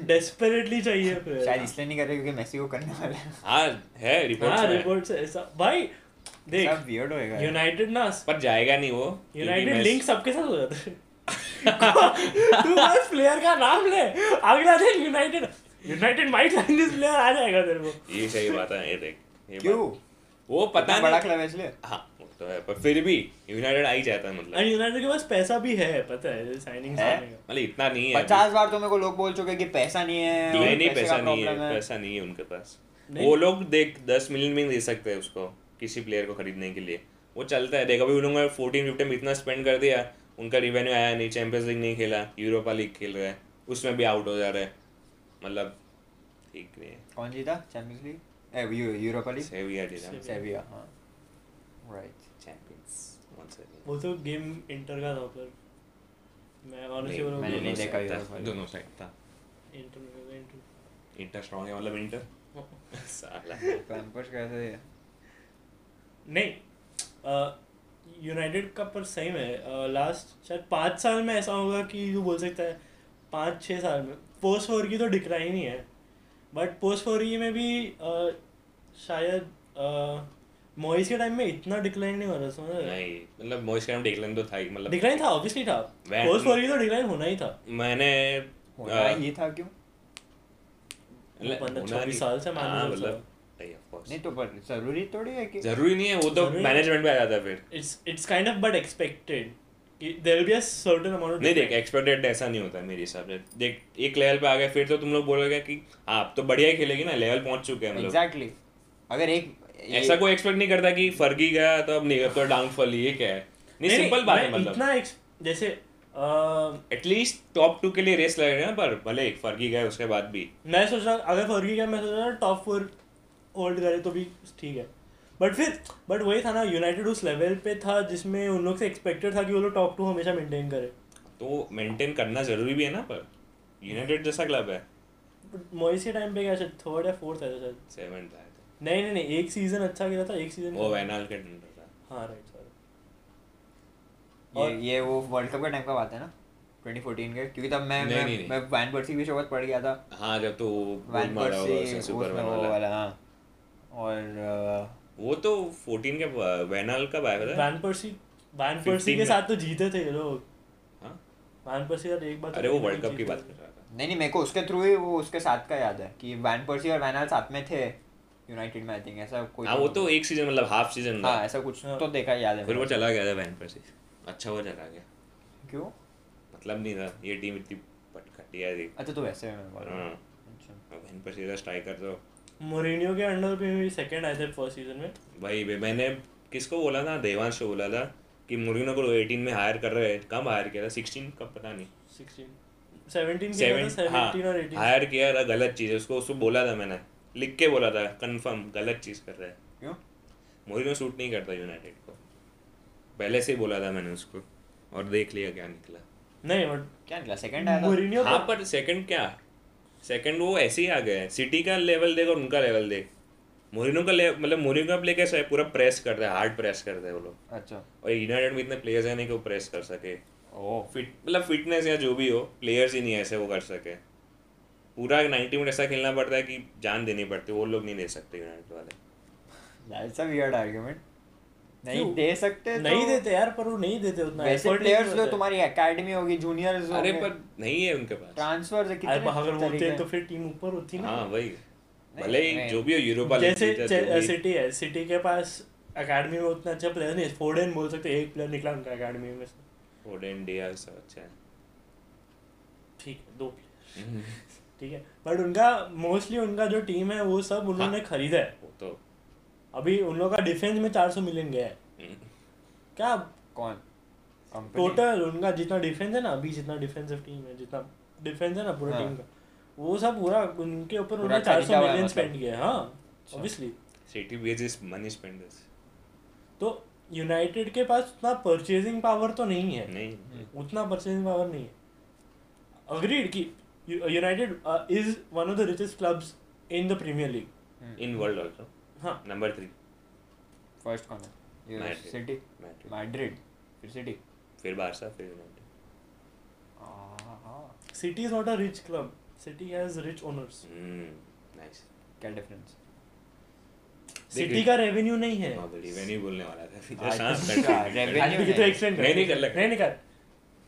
[SPEAKER 3] डेस्परेटली चाहिए फिर
[SPEAKER 2] शायद इसलिए नहीं कर रहे क्योंकि मेसी को करने वाला है।
[SPEAKER 1] हाँ है
[SPEAKER 3] हाँ
[SPEAKER 1] रिपोर्ट
[SPEAKER 3] रिपोर्ट से ऐसा भाई
[SPEAKER 2] सब
[SPEAKER 3] देख
[SPEAKER 2] weird होएगा यार।
[SPEAKER 3] यूनाइटेड ना
[SPEAKER 1] पर जाएगा नहीं वो क्योंकि
[SPEAKER 3] यूनाइटेड
[SPEAKER 1] मैं-
[SPEAKER 3] लिंक सबके साथ हो जाता है तू बस प्लेयर का नाम ले अगला दिन United United might line this player आ जाएगा तेरे को
[SPEAKER 1] ये सही बात है ये देख ये
[SPEAKER 2] क्यों
[SPEAKER 1] बात- वो पता
[SPEAKER 2] इतना बड़ा
[SPEAKER 1] नहीं
[SPEAKER 2] क्लब है इसलिए
[SPEAKER 1] हाँ वो तो है पर फिर भी यूनाइटेड आ ही जाता है मतलब
[SPEAKER 3] और यूनाइटेड के पास पैसा भी है पता है साइनिंग
[SPEAKER 2] है?
[SPEAKER 1] मतलब इतना नहीं है
[SPEAKER 2] पचास बार तो मेरे को लोग बोल चुके हैं कि पैसा नहीं है
[SPEAKER 1] नहीं
[SPEAKER 2] और
[SPEAKER 1] नहीं
[SPEAKER 2] पैसे
[SPEAKER 1] पैसा
[SPEAKER 2] का
[SPEAKER 1] नहीं है
[SPEAKER 2] problem है।
[SPEAKER 1] पैसा नहीं है उनके पास
[SPEAKER 3] नहीं।
[SPEAKER 1] वो लोग देख दस मिलियन में दे सकते हैं उसको किसी प्लेयर को खरीदने के लिए वो चलता है देख अभी उन लोगों ने फोर्टीन फिफ्टीन में इतना स्पेंड कर दिया उनका रिवेन्यू आया नहीं चैंपियंस लीग नहीं खेला यूरोपा लीग खेल रहा है उसमें भी आउट हो जा रहा है मतलब ठीक नहीं है
[SPEAKER 2] कौन जीता चैंपियंस लीग ए यू- यूरोपा लीग
[SPEAKER 1] सेविया जिला
[SPEAKER 3] सेविया।
[SPEAKER 2] सेविया हाँ राइट
[SPEAKER 1] चैंपियंस once again.
[SPEAKER 3] वो तो गेम इंटर का था पर मैं ऑनेस्टली
[SPEAKER 1] नहीं,
[SPEAKER 3] बोलूं
[SPEAKER 2] मैंने
[SPEAKER 1] दोनों
[SPEAKER 2] नहीं देखा
[SPEAKER 1] side था,
[SPEAKER 2] यूरोपा लीग।
[SPEAKER 1] दोनों साइड था
[SPEAKER 3] इंटर में था, इंटर
[SPEAKER 1] इंटर स्ट्रॉन्ग है मतलब इंटर साला
[SPEAKER 2] कैंपस कैसे है
[SPEAKER 3] नहीं यूनाइटेड का पर सही में लास्ट शायद पाँच साल में ऐसा होगा कि तू बोल सकता है पाँच छः साल में पोस्ट फोर की तो डिक्लाइन ही है बट पोस्ट फोर में भी अ, शायद मोइस के टाइम में इतना डिक्लाइन नहीं हो रहा समझ रहे?
[SPEAKER 1] नहीं मतलब मोइस का डिक्लाइन तो था ही मतलब
[SPEAKER 3] डिक्लाइन था ऑब्वियसली था
[SPEAKER 1] Van-
[SPEAKER 3] पोस्ट फोर तो डिक्लाइन होना ही था
[SPEAKER 1] मैंने
[SPEAKER 2] होना
[SPEAKER 1] अ,
[SPEAKER 2] ही था क्यों
[SPEAKER 1] मतलब
[SPEAKER 3] पंद्रह
[SPEAKER 1] होना
[SPEAKER 3] छब्बीस
[SPEAKER 1] नहीं-
[SPEAKER 3] साल से
[SPEAKER 1] हाँ,
[SPEAKER 3] मैनेजर
[SPEAKER 1] मतलब नहीं, of course।
[SPEAKER 2] नहीं तो पर जरूरी थोड़ी है कि
[SPEAKER 1] जरूरी नहीं है वो तो
[SPEAKER 3] जरूरी-
[SPEAKER 1] मैनेजमेंट में आ जाता है फिर
[SPEAKER 3] it's it's kind of but expected कि there will be a certain amount
[SPEAKER 1] नहीं देख एक्सपेक्टेड ऐसा नहीं होता है मेरे हिसाब से देख एक लेवल पे आ गए फिर तो तुम लोग बोलोगे कि हाँ अब तो बढ़िया ही खेलेगी ना लेवल पहुंच चुके हैं हम लोग
[SPEAKER 2] एग्जैक्टली अगर एक ये-
[SPEAKER 1] ऐसा कोई एक्सपेक्ट नहीं करता कि फर्गी गया तो अब नहीं अब तो डाउनफॉल ये क्या है नहीं सिंपल बात है मतलब
[SPEAKER 3] इतना ex- जैसे अह,
[SPEAKER 1] एटलीस्ट टॉप टू के लिए रेस लग रही है ना पर भले फर्गी गया उसके बाद भी
[SPEAKER 3] मैं सोच रहा अगर फर्गी का मैं सोच रहा टॉप फोर होल्ड करे तो भी ठीक है बट फिर बट वही था ना यूनाइटेड उस लेवल पे था जिसमें उन लोग से एक्सपेक्टेड था कि वो लोग टॉप टू हमेशा मेंटेन करे
[SPEAKER 1] तो मेंटेन करना जरूरी भी है ना पर यूनाइटेड जैसा क्लब है
[SPEAKER 3] मोइस के टाइम पे क्या शायद थर्ड या फोर्थ आया था शायद
[SPEAKER 1] सेवन आया था
[SPEAKER 3] नहीं नहीं नहीं एक सीजन अच्छा गिरा था एक सीजन
[SPEAKER 1] वो वैनाल के अंडर था
[SPEAKER 3] हाँ राइट सॉरी
[SPEAKER 2] ये
[SPEAKER 3] और-
[SPEAKER 2] ये वो वर्ल्ड कप का टाइम का बात है ना 2014 के क्योंकि तब मैं
[SPEAKER 1] नहीं,
[SPEAKER 2] मैं
[SPEAKER 1] नहीं, नहीं।
[SPEAKER 2] मैं वैन पर्सी के शोबत पड़ गया था
[SPEAKER 1] हाँ जब तो वो गोल
[SPEAKER 2] वैन
[SPEAKER 1] मारा होगा
[SPEAKER 2] पर्सी
[SPEAKER 1] उसने
[SPEAKER 2] उसमें
[SPEAKER 1] सुपरमैन
[SPEAKER 2] वो
[SPEAKER 1] वाला
[SPEAKER 2] वाला हाँ और अ,
[SPEAKER 1] वो तो 14 के वैनाल का आया था
[SPEAKER 3] वैन पर्सी वैन पर्सी
[SPEAKER 1] 15
[SPEAKER 3] के
[SPEAKER 1] में-
[SPEAKER 3] साथ तो जीते थे ये लोग
[SPEAKER 1] हाँ?
[SPEAKER 3] वैन पर्सी यार एक बार तो
[SPEAKER 1] अरे वो
[SPEAKER 3] जीते
[SPEAKER 1] वर्ल्ड कप की
[SPEAKER 3] थे।
[SPEAKER 1] बात कर रहा था
[SPEAKER 2] नहीं नहीं मेरे को उसके थ्रू ही वो उसके साथ का याद है कि वैन पर्सी और वैन साथ में थे यूनाइटेड में आई थिंक ऐसा कोई
[SPEAKER 1] हाँ वो तो एक सीजन मतलब हाफ सीजन
[SPEAKER 2] हाँ ऐसा कुछ
[SPEAKER 3] हाँ।
[SPEAKER 2] तो देखा याद है
[SPEAKER 1] फिर वो
[SPEAKER 2] मेरे
[SPEAKER 1] चला गया था वैन पर से अच्छा वो चला गया
[SPEAKER 2] को। क्यों
[SPEAKER 1] मतलब नहीं था ये टीम इतनी पटखटिया थी
[SPEAKER 2] अच्छा तो वैसे में बोल रहा हूँ।
[SPEAKER 1] हाँ,
[SPEAKER 2] अच्छा
[SPEAKER 1] वैन पर सीधा स्ट्राइकर तो
[SPEAKER 3] मोरिनियो के अंडर पे भी सेकंड आए थे फर्स्ट सीजन में
[SPEAKER 1] भाई बे- मैंने किसको बोला था देवांश को बोला था कि मुरिनो को 18 में हायर कर रहे हैं कब हायर किया था 16 कब पता नहीं
[SPEAKER 3] 16 17 के बाद
[SPEAKER 1] 7 हाँ
[SPEAKER 3] 17 तो और 18
[SPEAKER 1] हायर किया था गलत चीज़ है उसको उसको बोला था मैंने लिख के बोला था कंफर्म गलत चीज़ कर रहा है
[SPEAKER 2] क्यों
[SPEAKER 1] मोरिनो सूट नहीं करता यूनाइटेड को पहले से ही बोला था मैंने उसको और देख लिया क्या निकला
[SPEAKER 3] नहीं बट
[SPEAKER 2] क्या निकला सेकंड आया था
[SPEAKER 3] मोरिनियो
[SPEAKER 1] हाँ पर सेकंड क्या सेकंड वो ऐसे ही आ गए सिटी का लेवल देख और उनका लेवल देख मोरिनो का ले मतलब मोरिनो का प्ले कैसा है पूरा प्रेस करता है हार्ड प्रेस करता है वो लोग
[SPEAKER 2] अच्छा
[SPEAKER 1] और यूनाइटेड में इतने प्लेयर्स हैं नहीं कि वो प्रेस कर सके
[SPEAKER 2] ओ
[SPEAKER 1] फिट मतलब फिटनेस या जो भी हो प्लेयर्स ही नहीं ऐसे वो कर सके पूरा नाइन्टी मिनट ऐसा खेलना पड़ता है कि जान देनी पड़ती है वो लोग नहीं दे सकते यूनाइटेड वाले
[SPEAKER 2] दैट्स अ वियर्ड आर्गुमेंट नहीं
[SPEAKER 3] क्यों?
[SPEAKER 2] दे सकते तो-
[SPEAKER 3] नहीं देते यार पर वो नहीं देते उतना
[SPEAKER 2] वैसे
[SPEAKER 3] effort नहीं
[SPEAKER 2] प्लेयर्स जो
[SPEAKER 3] होता है।
[SPEAKER 2] तुम्हारी एकेडमी होगी जूनियर्स
[SPEAKER 1] अरे पर नहीं है उनके पास
[SPEAKER 2] ट्रांसफर्स
[SPEAKER 3] अरे अगर वो होते
[SPEAKER 2] कितने
[SPEAKER 3] तो फिर टीम ऊपर होती ना
[SPEAKER 1] हाँ वही भले ही
[SPEAKER 2] नहीं।
[SPEAKER 1] जो भी हो यूरोपा लीग
[SPEAKER 3] जैसे
[SPEAKER 1] जीता, जो भी-
[SPEAKER 3] सिटी है सिटी के पास एकेडमी में उतना अच्छा प्लेयर नहीं है फोर्डन बोल सकते हैं, एक प्लेयर निकला उनका एकेडमी में से
[SPEAKER 1] फोडेन डियाज सब अच्छा है
[SPEAKER 3] ठीक है दो प्लेयर ठीक है बट उनका मोस्टली उनका जो टीम है वो सब उन्होंने खरीदा है
[SPEAKER 1] वो तो
[SPEAKER 3] अभी उन लोग का डिफेंस में 400 मिलियन गया है
[SPEAKER 1] हम्म।
[SPEAKER 3] क्या
[SPEAKER 2] कौन कंपनी
[SPEAKER 3] टोटल उनका जितना डिफेंस है ना अभी जितना डिफेंसिव टीम है जितना डिफेंस है ना पूरा
[SPEAKER 2] हाँ।
[SPEAKER 3] टीम का वो सब पूरा उनके ऊपर
[SPEAKER 2] पूरा
[SPEAKER 3] उन्होंने
[SPEAKER 2] खरीदा
[SPEAKER 3] चार सौ
[SPEAKER 2] हुआ है
[SPEAKER 3] मिलियन
[SPEAKER 2] मतलब।
[SPEAKER 3] स्पेंड किया है, हाँ
[SPEAKER 1] अच्छा।
[SPEAKER 3] Obviously
[SPEAKER 1] City beige money spenders
[SPEAKER 3] तो यूनाइटेड के पास उतना परचेजिंग पावर तो नहीं है
[SPEAKER 1] नहीं
[SPEAKER 3] उतना परचेजिंग पावर नहीं है अग्रीड कि uh, United is one of the richest clubs in the Premier League
[SPEAKER 2] hmm.
[SPEAKER 1] In world also
[SPEAKER 3] हाँ
[SPEAKER 1] नंबर थ्री
[SPEAKER 2] फर्स्ट कौन है ये
[SPEAKER 1] Madrid.
[SPEAKER 2] सिटी
[SPEAKER 1] मैड्रिड
[SPEAKER 2] मैड्रिड फिर सिटी
[SPEAKER 1] फिर बारसा फिर यूनाइटेड
[SPEAKER 2] क्या
[SPEAKER 3] City is not a rich club City has rich owners
[SPEAKER 1] nice
[SPEAKER 2] difference
[SPEAKER 3] City का रेवेन्यू नहीं है
[SPEAKER 1] रेवेन्यू बोलने वाला था फिर
[SPEAKER 2] अच्छा,
[SPEAKER 1] हाँ, continue,
[SPEAKER 2] revenue
[SPEAKER 1] continue.
[SPEAKER 3] आंटी की तो एक्सप्लेन
[SPEAKER 1] हाँ, नहीं, नहीं कर लेगा।
[SPEAKER 3] नहीं नहीं कर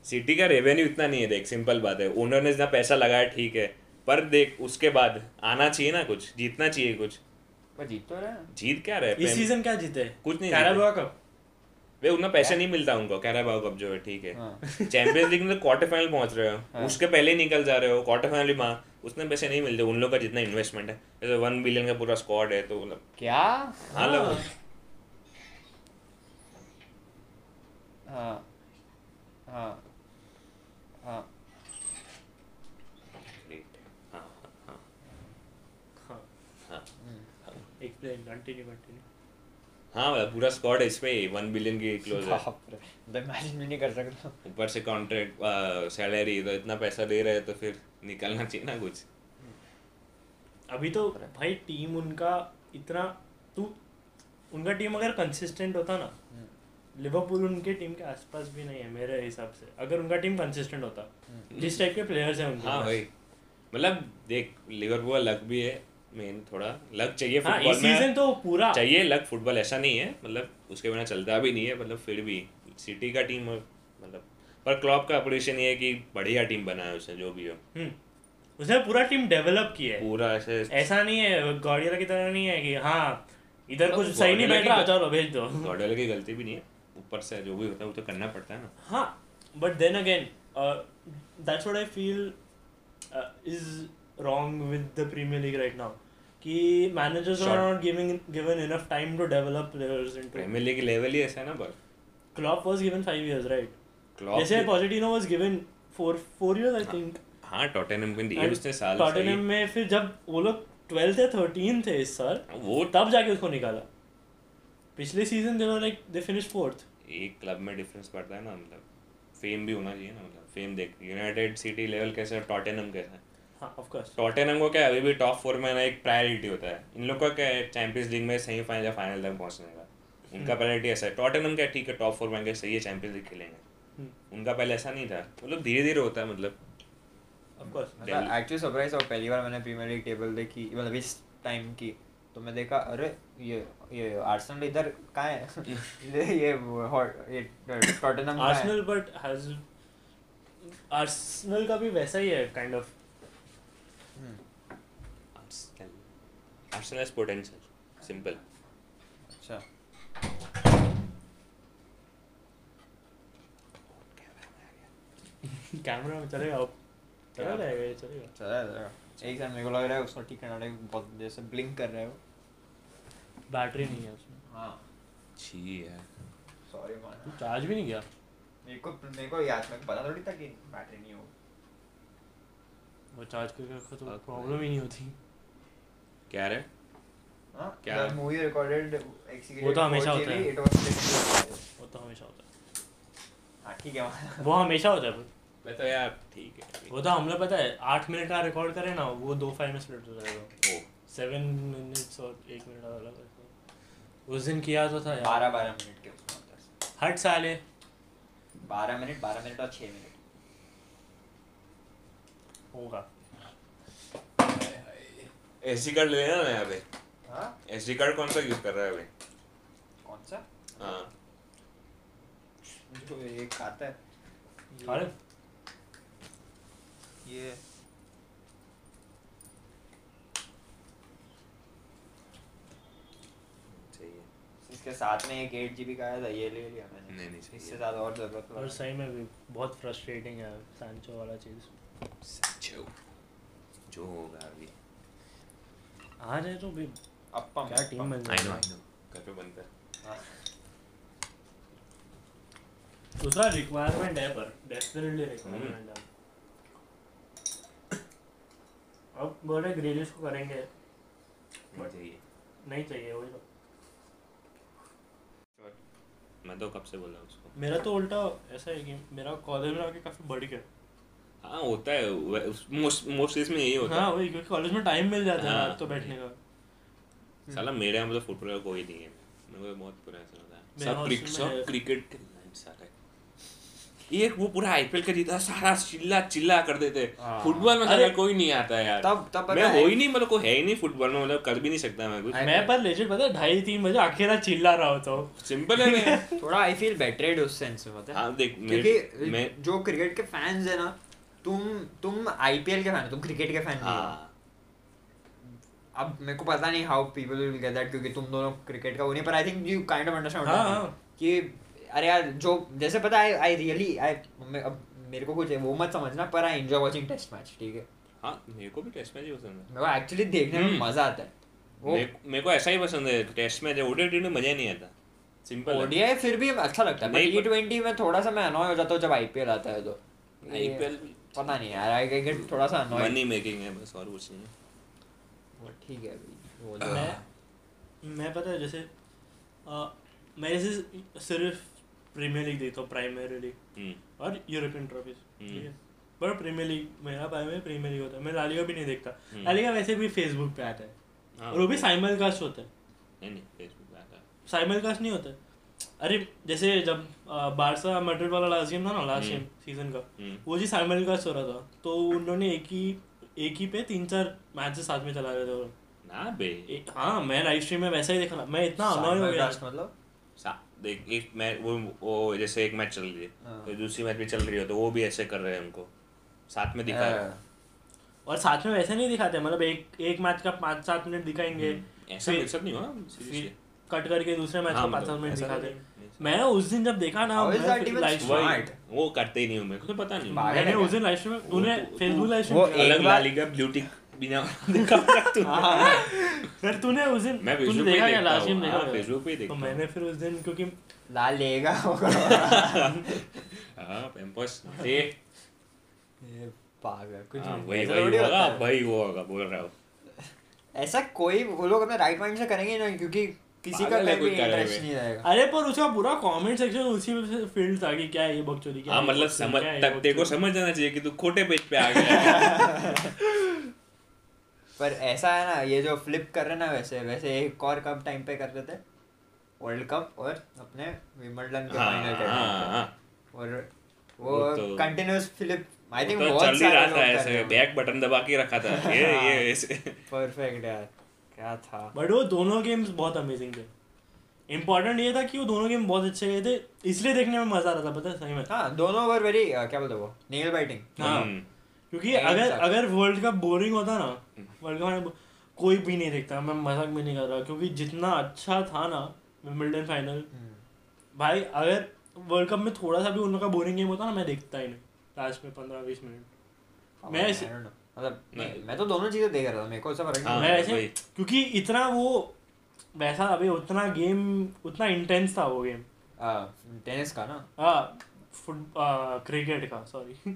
[SPEAKER 1] सिटी का रेवेन्यू इतना नहीं है देख सिंपल बात है ओनर ने इतना पैसा लगाया ठीक है पर देख उसके बाद आना चाहिए ना कुछ जीतना चाहिए कुछ
[SPEAKER 2] पर जीत तो रहे हैं।
[SPEAKER 1] जीत क्या रहे
[SPEAKER 3] इस सीजन क्या जीते
[SPEAKER 1] कुछ नहीं
[SPEAKER 3] कैराबा कप
[SPEAKER 1] वे उतना पैसा नहीं मिलता उनको कैराबाओ कप जो है ठीक है
[SPEAKER 2] हाँ।
[SPEAKER 1] चैंपियंस लीग में तो क्वार्टर फाइनल पहुंच रहे हो उसके पहले ही निकल जा रहे हो क्वार्टर फाइनल में उसने पैसे नहीं मिलते उन लोग का जितना इन्वेस्टमेंट है जैसे वन बिलियन का पूरा स्क्वाड है तो मतलब
[SPEAKER 2] क्या
[SPEAKER 1] हाँ लोग
[SPEAKER 2] हाँ हाँ हाँ
[SPEAKER 1] हाँ, हाँ,
[SPEAKER 3] हाँ
[SPEAKER 1] हाँ।
[SPEAKER 3] एक्सप्लेन कंटिन्यू कंटिन्यू
[SPEAKER 1] हाँ मतलब पूरा स्क्वाड है इसमें वन बिलियन की क्लोज है
[SPEAKER 2] बाप रे मैं इमेजिन भी नहीं कर सकता
[SPEAKER 1] ऊपर से कॉन्ट्रैक्ट सैलरी तो इतना पैसा दे रहे हैं तो फिर निकलना चाहिए ना कुछ
[SPEAKER 3] अभी तो भाई टीम उनका इतना तू उनका टीम अगर कंसिस्टेंट होता ना
[SPEAKER 2] हम्म।
[SPEAKER 3] लिवरपूल उनके टीम के आसपास भी नहीं है मेरे हिसाब से अगर उनका टीम कंसिस्टेंट होता जिस टाइप के प्लेयर्स हैं उनके
[SPEAKER 1] हम्म। हाँ
[SPEAKER 3] पास।
[SPEAKER 1] भाई मतलब देख लिवरपूल लक भी है मेन थोड़ा लक चाहिए
[SPEAKER 3] हाँ
[SPEAKER 1] फुटबॉल
[SPEAKER 3] इस
[SPEAKER 1] में
[SPEAKER 3] सीजन तो पूरा
[SPEAKER 1] चाहिए लक फुटबॉल ऐसा नहीं है मतलब उसके बिना चलता भी नहीं है मतलब फिर भी सिटी का टीम मतलब पर क्लॉप का अपोजिशन ये है कि बढ़िया टीम बनाया उसने जो भी हो
[SPEAKER 3] हम्म, उसने पूरा टीम डेवलप किया है
[SPEAKER 1] पूरा ऐसे
[SPEAKER 3] ऐसा नहीं है गॉडियोला की तरह नहीं है कि हाँ इधर कुछ सही नहीं
[SPEAKER 1] Guardiola
[SPEAKER 3] बैठ
[SPEAKER 1] की
[SPEAKER 3] रहा
[SPEAKER 1] गल-
[SPEAKER 3] चलो भेज दो
[SPEAKER 1] गॉडल की गलती भी नहीं है ऊपर से जो भी होता है वो तो करना पड़ता है ना
[SPEAKER 3] Huh. हाँ, But then again, uh, that's what I feel uh, is wrong with the Premier League right now. कि managers
[SPEAKER 1] Sure.
[SPEAKER 3] are not giving given enough time to develop players into.
[SPEAKER 1] Premier League level ही ऐसा है ना पर
[SPEAKER 3] Klopp was given five years, right? जैसे
[SPEAKER 1] Klopp
[SPEAKER 3] Pochettino was given four four years, I think.
[SPEAKER 1] हाँ टॉटेनहम को दिए
[SPEAKER 3] And
[SPEAKER 1] उसने साल
[SPEAKER 3] Tottenham में फिर जब वो लोग 12 थे 13 थे इस साल
[SPEAKER 1] सही। हाँ, वो
[SPEAKER 3] तब जाके उसको निकाला पिछले season they like they finish fourth
[SPEAKER 1] एक क्लब में डिफरेंस पड़ता है ना मतलब फेम भी होना चाहिए ना मतलब फेम देख यूनाइटेड सिटी लेवल कैसा है टॉटेनहम कैसा है
[SPEAKER 3] हाँ ऑफ कोर्स
[SPEAKER 1] टॉटेनम को क्या है, अभी भी टॉप फोर में ना एक प्रायोरिटी होता है इन लोग का क्या है चैंपियंस लीग में सेमीफाइनल या फाइनल तक पहुंचने का उनका प्रायोरिटी ऐसा है टॉटेनम क्या ठीक है टॉप फोर में गए, सही है चैंपियंस लीग
[SPEAKER 3] Hmm,
[SPEAKER 1] खेलेंगे उनका पहले ऐसा नहीं था मतलब धीरे धीरे होता है मतलब
[SPEAKER 3] ऑफ कोर्स
[SPEAKER 2] मतलब एक्चुअली सरप्राइज और पहली बार मैंने प्रीमियर लीग टेबल देखी मतलब इस टाइम की तो मैं देखा अरे ये ये आर्सेनल इधर कहाँ है ये- ये वो- हॉट- ये टॉटनहम कहाँ है
[SPEAKER 3] आर्सेनल बट हैज आर्सेनल का भी वैसा ही है kind of
[SPEAKER 2] hmm,
[SPEAKER 1] Arsenal. Arsenal has potential. Simple.
[SPEAKER 2] अच्छा
[SPEAKER 3] कैमरा में चलेगा अब चला जाएगा ये चलेगा
[SPEAKER 2] चला चला एक सेकंड मेरे को लग रहा है उसको ठीक करना पड़ेगा बहुत देर से ब्लिंक कर रहे हो
[SPEAKER 3] बैटरी नहीं है उसमें
[SPEAKER 2] हाँ
[SPEAKER 1] छी यार
[SPEAKER 2] सॉरी माना
[SPEAKER 3] चार्ज भी नहीं गया
[SPEAKER 2] मेरे को मेरे को याद मेरे को पता थोड़ी था कि बैटरी नहीं हो
[SPEAKER 3] वो चार्ज करके रखो तो
[SPEAKER 1] Okay.
[SPEAKER 3] प्रॉब्लम ही नहीं होती
[SPEAKER 1] क्या रे
[SPEAKER 2] हाँ
[SPEAKER 1] क्या?
[SPEAKER 2] द मूवी रिकॉर्डेड
[SPEAKER 3] वो तो हमेशा होता है।
[SPEAKER 2] इट वाज
[SPEAKER 3] वो तो हमेशा होता है
[SPEAKER 2] हाँ ठीक है माना
[SPEAKER 3] वो हमेशा होता है पर।
[SPEAKER 1] मैं तो यार ठीक है
[SPEAKER 3] वो तो हम लोग पता है आठ मिनट का रिकॉर्ड करें ना वो दो फाइव मिनट हो जाएगा
[SPEAKER 1] ओ
[SPEAKER 3] सेवन मिनट्स और एक मिनट का अलग रहता है। उस दिन किया तो था यार
[SPEAKER 2] बारह बारह मिनट के उसमें होता है
[SPEAKER 3] हट साले
[SPEAKER 2] बारह मिनट बारह मिनट और छः मिनट
[SPEAKER 3] होगा
[SPEAKER 1] एस कार्ड ले लेना नया भाई
[SPEAKER 2] हाँ
[SPEAKER 1] एस कार्ड कौन सा यूज कर रहा है भाई
[SPEAKER 2] कौन सा
[SPEAKER 1] हाँ
[SPEAKER 2] जो ये खाता है
[SPEAKER 3] अरे
[SPEAKER 2] ये
[SPEAKER 1] सही है
[SPEAKER 2] इसके साथ में एक एट जी का आया था ये ले लिया मैंने
[SPEAKER 1] नहीं, नहीं, सही
[SPEAKER 2] इससे
[SPEAKER 1] है।
[SPEAKER 2] ज़्यादा और ज़रूरत
[SPEAKER 3] और
[SPEAKER 2] पड़ा
[SPEAKER 3] सही में भी बहुत फ्रस्ट्रेटिंग है सांचो वाला चीज़
[SPEAKER 1] सच्चो जो होगा अभी
[SPEAKER 3] आ जाए तो भी
[SPEAKER 2] अप्पम
[SPEAKER 3] क्या टीम बन
[SPEAKER 1] आई नो
[SPEAKER 3] जाएगी
[SPEAKER 1] आई नो घर पे बनता है
[SPEAKER 2] हाँ,
[SPEAKER 3] दूसरा रिक्वायरमेंट है पर डेफिनेटली रिक्वायरमेंट
[SPEAKER 1] हम्म।
[SPEAKER 3] है अब बोले ग्रेजुएस को करेंगे
[SPEAKER 1] नहीं चाहिए
[SPEAKER 3] नहीं चाहिए वही तो
[SPEAKER 1] मैं तो कब से बोल रहा हूँ उसको
[SPEAKER 3] मेरा तो उल्टा ऐसा है कि मेरा कॉलेज में आके काफ़ी बढ़ गया
[SPEAKER 1] हाँ होता है मोस्ट मोस्ट केस में यही होता
[SPEAKER 3] हाँ
[SPEAKER 1] है
[SPEAKER 3] वही क्योंकि कॉलेज में टाइम मिल जाता है
[SPEAKER 1] हाँ।
[SPEAKER 3] रात तो बैठने का
[SPEAKER 1] साला मेरे यहाँ पे तो फुटबॉल का कोई नहीं है मेरे को बहुत बुरा ऐसा होता है
[SPEAKER 3] मेरे
[SPEAKER 1] सब क्रिकेट सब
[SPEAKER 3] hostel में है।
[SPEAKER 1] क्रिकेट खेलना है सारा एक वो पूरा आईपीएल का जीता सारा चिल्ला चिल्ला कर देते
[SPEAKER 2] हाँ।
[SPEAKER 1] फुटबॉल में
[SPEAKER 3] अरे,
[SPEAKER 1] साला कोई नहीं आता यार
[SPEAKER 2] तब- तब पता
[SPEAKER 1] मैं
[SPEAKER 2] है-
[SPEAKER 1] हो ही नहीं मतलब को है ही नहीं फुटबॉल में मतलब कर भी नहीं सकता मैं कुछ
[SPEAKER 3] मैं पर लेजिट पता है ढाई तीन बजे अकेला चिल्ला रहा होता हूँ
[SPEAKER 1] सिंपल है मैं
[SPEAKER 2] थोड़ा आई फील बेटरेड उस सेंस में पता है
[SPEAKER 1] हाँ, देख, मेरे-
[SPEAKER 2] क्योंकि
[SPEAKER 1] मैं-
[SPEAKER 2] जो क्रिकेट के फैंस है ना तुम तुम आईपीएल के फैन हो तुम क्रिकेट के फैन नहीं हो
[SPEAKER 1] हाँ
[SPEAKER 2] अब मेरे को पता नहीं how people will get that क्योंकि तुम दोनों क्रिकेट का वो नहीं पर I think you kind of
[SPEAKER 3] हाँ,
[SPEAKER 2] अंडरस्टैंड
[SPEAKER 3] हाँ।
[SPEAKER 2] कि अरे यार जो जैसे पता है आई रियली आई अब मेरे को कुछ वो मत समझना पर I enjoy watching test match ठीक है
[SPEAKER 1] हाँ मेरे को भी टेस्ट मैच ही पसंद है
[SPEAKER 2] मेरे को एक्चुअली देखने में
[SPEAKER 1] हम्म।
[SPEAKER 2] मजा आता है वो
[SPEAKER 1] मेरे को- मेरे को ऐसा ही पसंद है टेस्ट मैच ओडीआई में मजा ही नहीं आता सिंपल है
[SPEAKER 2] ओडीआई फिर भी अच्छा लगता है
[SPEAKER 1] नहीं,
[SPEAKER 2] बट टी में थोड़ा सा मैं अनॉय हो जाता हूँ जब आईपीएल आता है तो
[SPEAKER 1] आईपीएल
[SPEAKER 2] पता नहीं यार आई गेट थोड़ा सा अनॉय
[SPEAKER 1] मनी मेकिंग है बस और कुछ नहीं है।
[SPEAKER 2] ठीक है अभी वो
[SPEAKER 1] हाँ।
[SPEAKER 3] मैं
[SPEAKER 2] लो।
[SPEAKER 3] मैं पता है जैसे अ, मैं जैसे सिर्फ प्रीमियर लीग देखता हूँ प्राइमरी लीग
[SPEAKER 1] हम्म
[SPEAKER 3] और यूरोपियन ट्रॉफीज
[SPEAKER 1] हम्म।
[SPEAKER 3] ठीक है पर प्रीमियर लीग मेरा भाई में प्रीमियर लीग होता है मैं लालिगा भी नहीं देखता
[SPEAKER 1] हम्म।
[SPEAKER 3] लालिगा वैसे भी फेसबुक पे आता है
[SPEAKER 1] हाँ,
[SPEAKER 3] और वो भी
[SPEAKER 1] वो-
[SPEAKER 3] साइमल कास्ट होता है
[SPEAKER 1] नहीं नहीं फेसबुक पे आता है।
[SPEAKER 3] साइमल कास्ट नहीं होता है अरे जैसे जब अ, बारसा मैड्रिड वाला लास्ट गेम था ना लास्ट
[SPEAKER 1] हम्म।
[SPEAKER 3] गेम सीजन का
[SPEAKER 1] हम्म।
[SPEAKER 3] वो जी साइमल कास्ट हो रहा था तो उन्होंने एक ही एक ही पे तीन चार मैचेस साथ में चला रहे थे वो लोग।
[SPEAKER 1] ना बे
[SPEAKER 3] ए- हाँ मैं लाइव स्ट्रीम में वैसा ही देखा था। मैं इतना अनॉय हो
[SPEAKER 2] Simon
[SPEAKER 3] गया
[SPEAKER 2] Cast मतलब
[SPEAKER 1] सा- देख एक मैच वो वो जैसे एक मैच चल रही है
[SPEAKER 2] हाँ।
[SPEAKER 1] तो दूसरी मैच भी चल रही हो तो वो भी ऐसे कर रहे हैं उनको साथ में
[SPEAKER 2] हाँ।
[SPEAKER 1] दिखा
[SPEAKER 3] हाँ।
[SPEAKER 1] रहे हैं।
[SPEAKER 3] और साथ में वैसे नहीं दिखाते मतलब एक एक मैच का पाँच सात मिनट दिखाएंगे
[SPEAKER 1] Hmm. हम्म। ऐसा
[SPEAKER 3] फिर-
[SPEAKER 1] मिक्सअप नहीं हुआ
[SPEAKER 3] फिर
[SPEAKER 1] seriously।
[SPEAKER 3] कट करके दूसरे मैच
[SPEAKER 1] हाँ,
[SPEAKER 3] को पाँच
[SPEAKER 1] मतलब
[SPEAKER 3] सात मिनट
[SPEAKER 1] ऐसा
[SPEAKER 3] दिखा
[SPEAKER 1] नहीं
[SPEAKER 3] दे
[SPEAKER 1] है।
[SPEAKER 3] मैं उस दिन जब देखा ना
[SPEAKER 2] How is
[SPEAKER 3] मैं
[SPEAKER 2] that
[SPEAKER 3] फिर
[SPEAKER 2] even
[SPEAKER 3] live stream-
[SPEAKER 2] smart?
[SPEAKER 1] वही वो करते ही नहीं हो मेरे को तो पता नहीं
[SPEAKER 2] बाहर
[SPEAKER 3] मैंने
[SPEAKER 2] है क्या?
[SPEAKER 3] उस दिन लाइव स्ट्रीम
[SPEAKER 1] वो
[SPEAKER 3] में
[SPEAKER 1] तो-
[SPEAKER 3] तूने
[SPEAKER 1] वो-
[SPEAKER 3] फेसबुक लाइव
[SPEAKER 2] वो
[SPEAKER 3] स्ट्रीम
[SPEAKER 2] एक
[SPEAKER 1] अलग
[SPEAKER 2] बार-
[SPEAKER 1] लाली का ब्लू टिक बिना देखा होगा तूने।
[SPEAKER 3] फिर तूने उस दिन
[SPEAKER 1] मैं
[SPEAKER 3] तूने
[SPEAKER 1] फेसबुक पे
[SPEAKER 3] हाँ। देखा क्या
[SPEAKER 1] देखता
[SPEAKER 3] लास्ट
[SPEAKER 1] हूँ
[SPEAKER 3] गेम देखा
[SPEAKER 1] हाँ,
[SPEAKER 3] क्या?
[SPEAKER 1] फेसबुक पे ही
[SPEAKER 3] तो
[SPEAKER 1] देखता
[SPEAKER 3] मैंने फिर उस दिन क्योंकि
[SPEAKER 2] ला लेगा होगा
[SPEAKER 1] हूँ। हाँ पैम्पर्स ए
[SPEAKER 2] ये पागल कुछ
[SPEAKER 1] हाँ,
[SPEAKER 2] भी-
[SPEAKER 1] वही
[SPEAKER 2] ऐसा
[SPEAKER 1] वही
[SPEAKER 2] थोड़ी
[SPEAKER 1] होगा
[SPEAKER 2] होता है।
[SPEAKER 1] वही वो होगा बोल रहा हूँ
[SPEAKER 2] ऐसा कोई वो लोग अपने राइट माइंड से करेंगे ना क्योंकि किसी का
[SPEAKER 1] पागल है
[SPEAKER 2] कोई
[SPEAKER 1] कोई करे
[SPEAKER 2] इंटरेस्ट
[SPEAKER 1] हुए।
[SPEAKER 2] नहीं रहेगा
[SPEAKER 3] अरे पर उसका पूरा कमेंट सेक्शन उसी में से फील्ड था कि क्या है ये बकचोदी क्या
[SPEAKER 1] हाँ
[SPEAKER 3] है ये
[SPEAKER 1] मतलब
[SPEAKER 3] बकचोदी,
[SPEAKER 1] समझ
[SPEAKER 3] तो क्या है ये
[SPEAKER 1] तब तेरे को
[SPEAKER 3] बकचोदी।
[SPEAKER 1] समझ जाना चाहिए कि तू खोटे पेज पे आ गया हाँ, है।
[SPEAKER 2] पर ऐसा है ना ये जो फ्लिप कर रहे हैं ना वैसे वैसे एक और कप टाइम पे कर रहे थे वर्ल्ड कप और अपने विंबलडन के
[SPEAKER 1] हाँ,
[SPEAKER 2] फाइनल के
[SPEAKER 1] हाँ,
[SPEAKER 2] time पे।
[SPEAKER 1] हाँ।
[SPEAKER 2] और
[SPEAKER 1] वो
[SPEAKER 2] वो
[SPEAKER 1] तो-
[SPEAKER 2] कंटिन्यूअस फ्लिप आई थिंक
[SPEAKER 1] वो तो
[SPEAKER 2] बहुत
[SPEAKER 1] चल ही
[SPEAKER 2] सारे
[SPEAKER 1] रहा
[SPEAKER 2] लोग
[SPEAKER 1] था
[SPEAKER 2] कर रहे
[SPEAKER 1] ऐसे
[SPEAKER 2] हैं
[SPEAKER 3] हाँ।
[SPEAKER 1] बैक बटन दबा के रखा था ये ये ऐसे
[SPEAKER 2] परफेक्ट यार क्या था
[SPEAKER 3] बट वो दोनों गेम्स बहुत अमेजिंग थे इंपॉर्टेंट ये था कि वो दोनों गेम बहुत अच्छे गए थे इसलिए देखने में मजा आ रहा था पता है सही में
[SPEAKER 2] हाँ दोनों ओवर वेरी क्या बोलते हैं वो नेल बाइटिंग
[SPEAKER 3] हाँ
[SPEAKER 1] हम्म।
[SPEAKER 3] क्योंकि
[SPEAKER 2] Time
[SPEAKER 3] अगर
[SPEAKER 2] sucks.
[SPEAKER 3] अगर वर्ल्ड कप बोरिंग होता ना वर्ल्ड कप में कोई भी नहीं देखता मैं मजाक भी नहीं कर रहा क्योंकि जितना अच्छा था ना विंबलडन फाइनल
[SPEAKER 2] हम्म।
[SPEAKER 3] भाई अगर वर्ल्ड कप में थोड़ा सा भी उन लोग का बोरिंग गेम होता ना मैं देखता ही नहीं लास्ट में पंद्रह बीस मिनट मैं ऐसे-
[SPEAKER 2] मतलब मैं-
[SPEAKER 1] नहीं।
[SPEAKER 2] मैं तो दोनों चीजें देख रहा था मेरे को ऐसा फर्क
[SPEAKER 1] हाँ,
[SPEAKER 3] मैं
[SPEAKER 2] नहीं
[SPEAKER 3] ऐसे
[SPEAKER 1] वही।
[SPEAKER 3] क्योंकि इतना वो वैसा अभी उतना गेम उतना इंटेंस था वो गेम
[SPEAKER 2] हाँ, टेनिस का ना
[SPEAKER 3] हाँ फुट क्रिकेट का सॉरी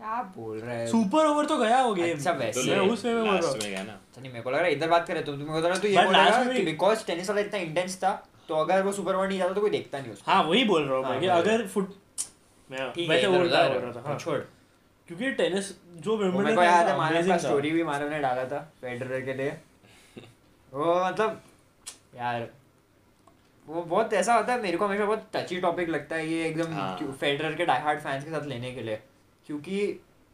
[SPEAKER 2] क्या बोल रहा है
[SPEAKER 3] सुपर ओवर तो गया वो गेम
[SPEAKER 2] अच्छा,
[SPEAKER 1] तो
[SPEAKER 2] वैसे-
[SPEAKER 3] मैं
[SPEAKER 1] ले-
[SPEAKER 3] उस वे में बोल रहा
[SPEAKER 1] last
[SPEAKER 3] हूँ
[SPEAKER 1] में गया ना
[SPEAKER 2] अच्छा, नहीं मेरे को लग रहा है इधर बात करे तुम तुम्हें तो ये
[SPEAKER 3] But
[SPEAKER 2] बोल
[SPEAKER 3] last
[SPEAKER 2] रहा
[SPEAKER 3] में
[SPEAKER 2] कि
[SPEAKER 3] भी-
[SPEAKER 2] बिकॉज टेनिस वाला इतना इंटेंस था तो अगर वो सुपर ओवर नहीं जाता तो कोई देखता नहीं उसको
[SPEAKER 3] हाँ वही बोल रहा हूँ
[SPEAKER 2] हाँ,
[SPEAKER 3] मैं कि
[SPEAKER 2] वही।
[SPEAKER 3] अगर फुट मैं
[SPEAKER 2] ठीक है
[SPEAKER 3] हाँ, वैसे
[SPEAKER 2] इधर
[SPEAKER 3] उल्टा
[SPEAKER 2] उधर
[SPEAKER 3] बोल रहा था हाँ।
[SPEAKER 2] छोड़
[SPEAKER 3] क्योंकि टेनिस जो
[SPEAKER 2] वो
[SPEAKER 3] विंबलडन
[SPEAKER 2] मेरे को याद है मानव का स्टोरी भी मानव ने डाला था फेडरर के लिए वो मतलब यार वो बहुत ऐसा होता है मेरे को हमेशा बहुत टची टॉपिक लगता है ये
[SPEAKER 1] हाँ।
[SPEAKER 2] एकदम फेडरर के डाई हार्ड फैंस के साथ लेने के लिए क्योंकि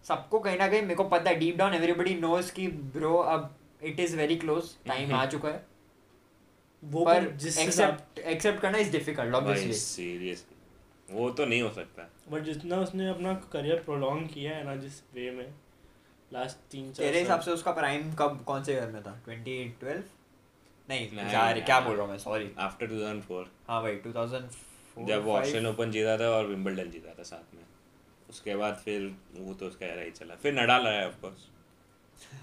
[SPEAKER 2] सबको कहीं ना कहीं मेरे को पता है डीप डाउन एवरीबॉडी नोज कि ब्रो अब it is very close time आ चुका है
[SPEAKER 3] वो
[SPEAKER 2] पर
[SPEAKER 3] पर जिस
[SPEAKER 2] एक्सेप्ट एक्सेप्ट करना इज डिफिकल्ट
[SPEAKER 1] भाई
[SPEAKER 2] ऑब्वियसली
[SPEAKER 1] सीरियस वो तो नहीं हो सकता
[SPEAKER 3] बट जितना उसने अपना करियर प्रोलॉन्ग किया है ना जिस वे में लास्ट तीन चार
[SPEAKER 2] तेरे
[SPEAKER 3] साल-
[SPEAKER 2] हिसाब से उसका प्राइम कब कौन से ईयर में था 2012 नहीं
[SPEAKER 1] नहीं,
[SPEAKER 2] यार क्या
[SPEAKER 1] यार।
[SPEAKER 2] बोल रहा हूँ मैं सॉरी
[SPEAKER 1] आफ्टर 2004
[SPEAKER 2] हाँ भाई 2004
[SPEAKER 1] जब वो
[SPEAKER 2] five-
[SPEAKER 1] ऑस्ट्रेलियन ओपन जीता था और विंबलडन जीता था साथ में उसके बाद फिर वो तो उसका रहा ही चला फिर नडाल आया ऑफ कोर्स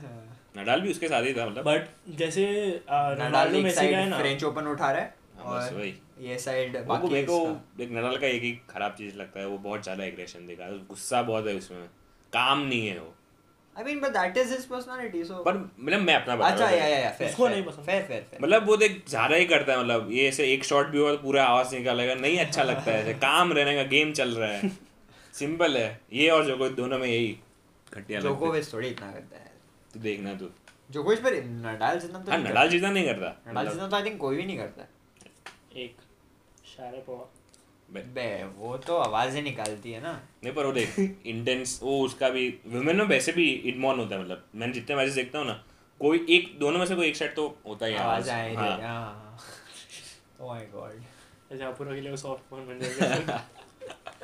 [SPEAKER 2] हाँ।
[SPEAKER 1] नडाल भी उसके साथ ही था मतलब
[SPEAKER 3] बट जैसे आ,
[SPEAKER 2] नडाल
[SPEAKER 3] रोनाल्डो
[SPEAKER 2] एक
[SPEAKER 3] मेसी का है
[SPEAKER 2] साइड
[SPEAKER 3] ना
[SPEAKER 2] फ्रेंच ओपन उठा रहा है
[SPEAKER 1] हाँ, बस
[SPEAKER 2] और
[SPEAKER 1] वही।
[SPEAKER 2] ये साइड
[SPEAKER 1] वो
[SPEAKER 2] बाकी
[SPEAKER 1] मेरे को
[SPEAKER 2] इसका-
[SPEAKER 1] एक नडाल का एक ही खराब चीज लगता है वो बहुत ज्यादा एग्रेशन दिखा है गुस्सा बहुत है उसमें काम नहीं है वो
[SPEAKER 2] I mean but that is his personality so
[SPEAKER 1] पर मतलब मैं अपना बता
[SPEAKER 2] अच्छा
[SPEAKER 1] रहा हूँ।
[SPEAKER 2] या या या fair,
[SPEAKER 3] उसको
[SPEAKER 2] fair,
[SPEAKER 3] नहीं पसंद।
[SPEAKER 2] fair, fair, fair.
[SPEAKER 1] मतलब वो देख ज्यादा ही करता है मतलब ये ऐसे एक शॉट भी हुआ तो पूरा आवाज निकालेगा नहीं अच्छा लगता है ऐसे काम रहने का गेम चल रहा है सिंपल है ये और जोको दोनों में यही घटिया लगता है
[SPEAKER 2] जोकोविच थोड़ी इतना करता है
[SPEAKER 1] तू देखना तू
[SPEAKER 2] जोकोविच पर नडाल जितना तो
[SPEAKER 1] हाँ
[SPEAKER 2] नहीं
[SPEAKER 1] नडाल जितना नहीं करता
[SPEAKER 2] करता। नडाल जितना तो आई थिंक कोई भी नहीं करता
[SPEAKER 3] एक शारपोवा
[SPEAKER 1] बे- हाँ,
[SPEAKER 2] बे वो तो आवाजें निकालती है ना
[SPEAKER 1] नहीं पर वो देख इंटेंस वो उसका भी वुमेन में वैसे भी इडमॉन होता है मतलब मैंने जितने मैचेस देखता हूँ ना कोई एक दोनों में से कोई एक सेट तो होता ही है आवाज
[SPEAKER 2] आवाज आ रही
[SPEAKER 1] हाँ
[SPEAKER 2] है हाँ Oh ओह माय गॉड
[SPEAKER 3] जैसे अपूर्वा के लिए वो सॉफ्ट फोन बन जाएगा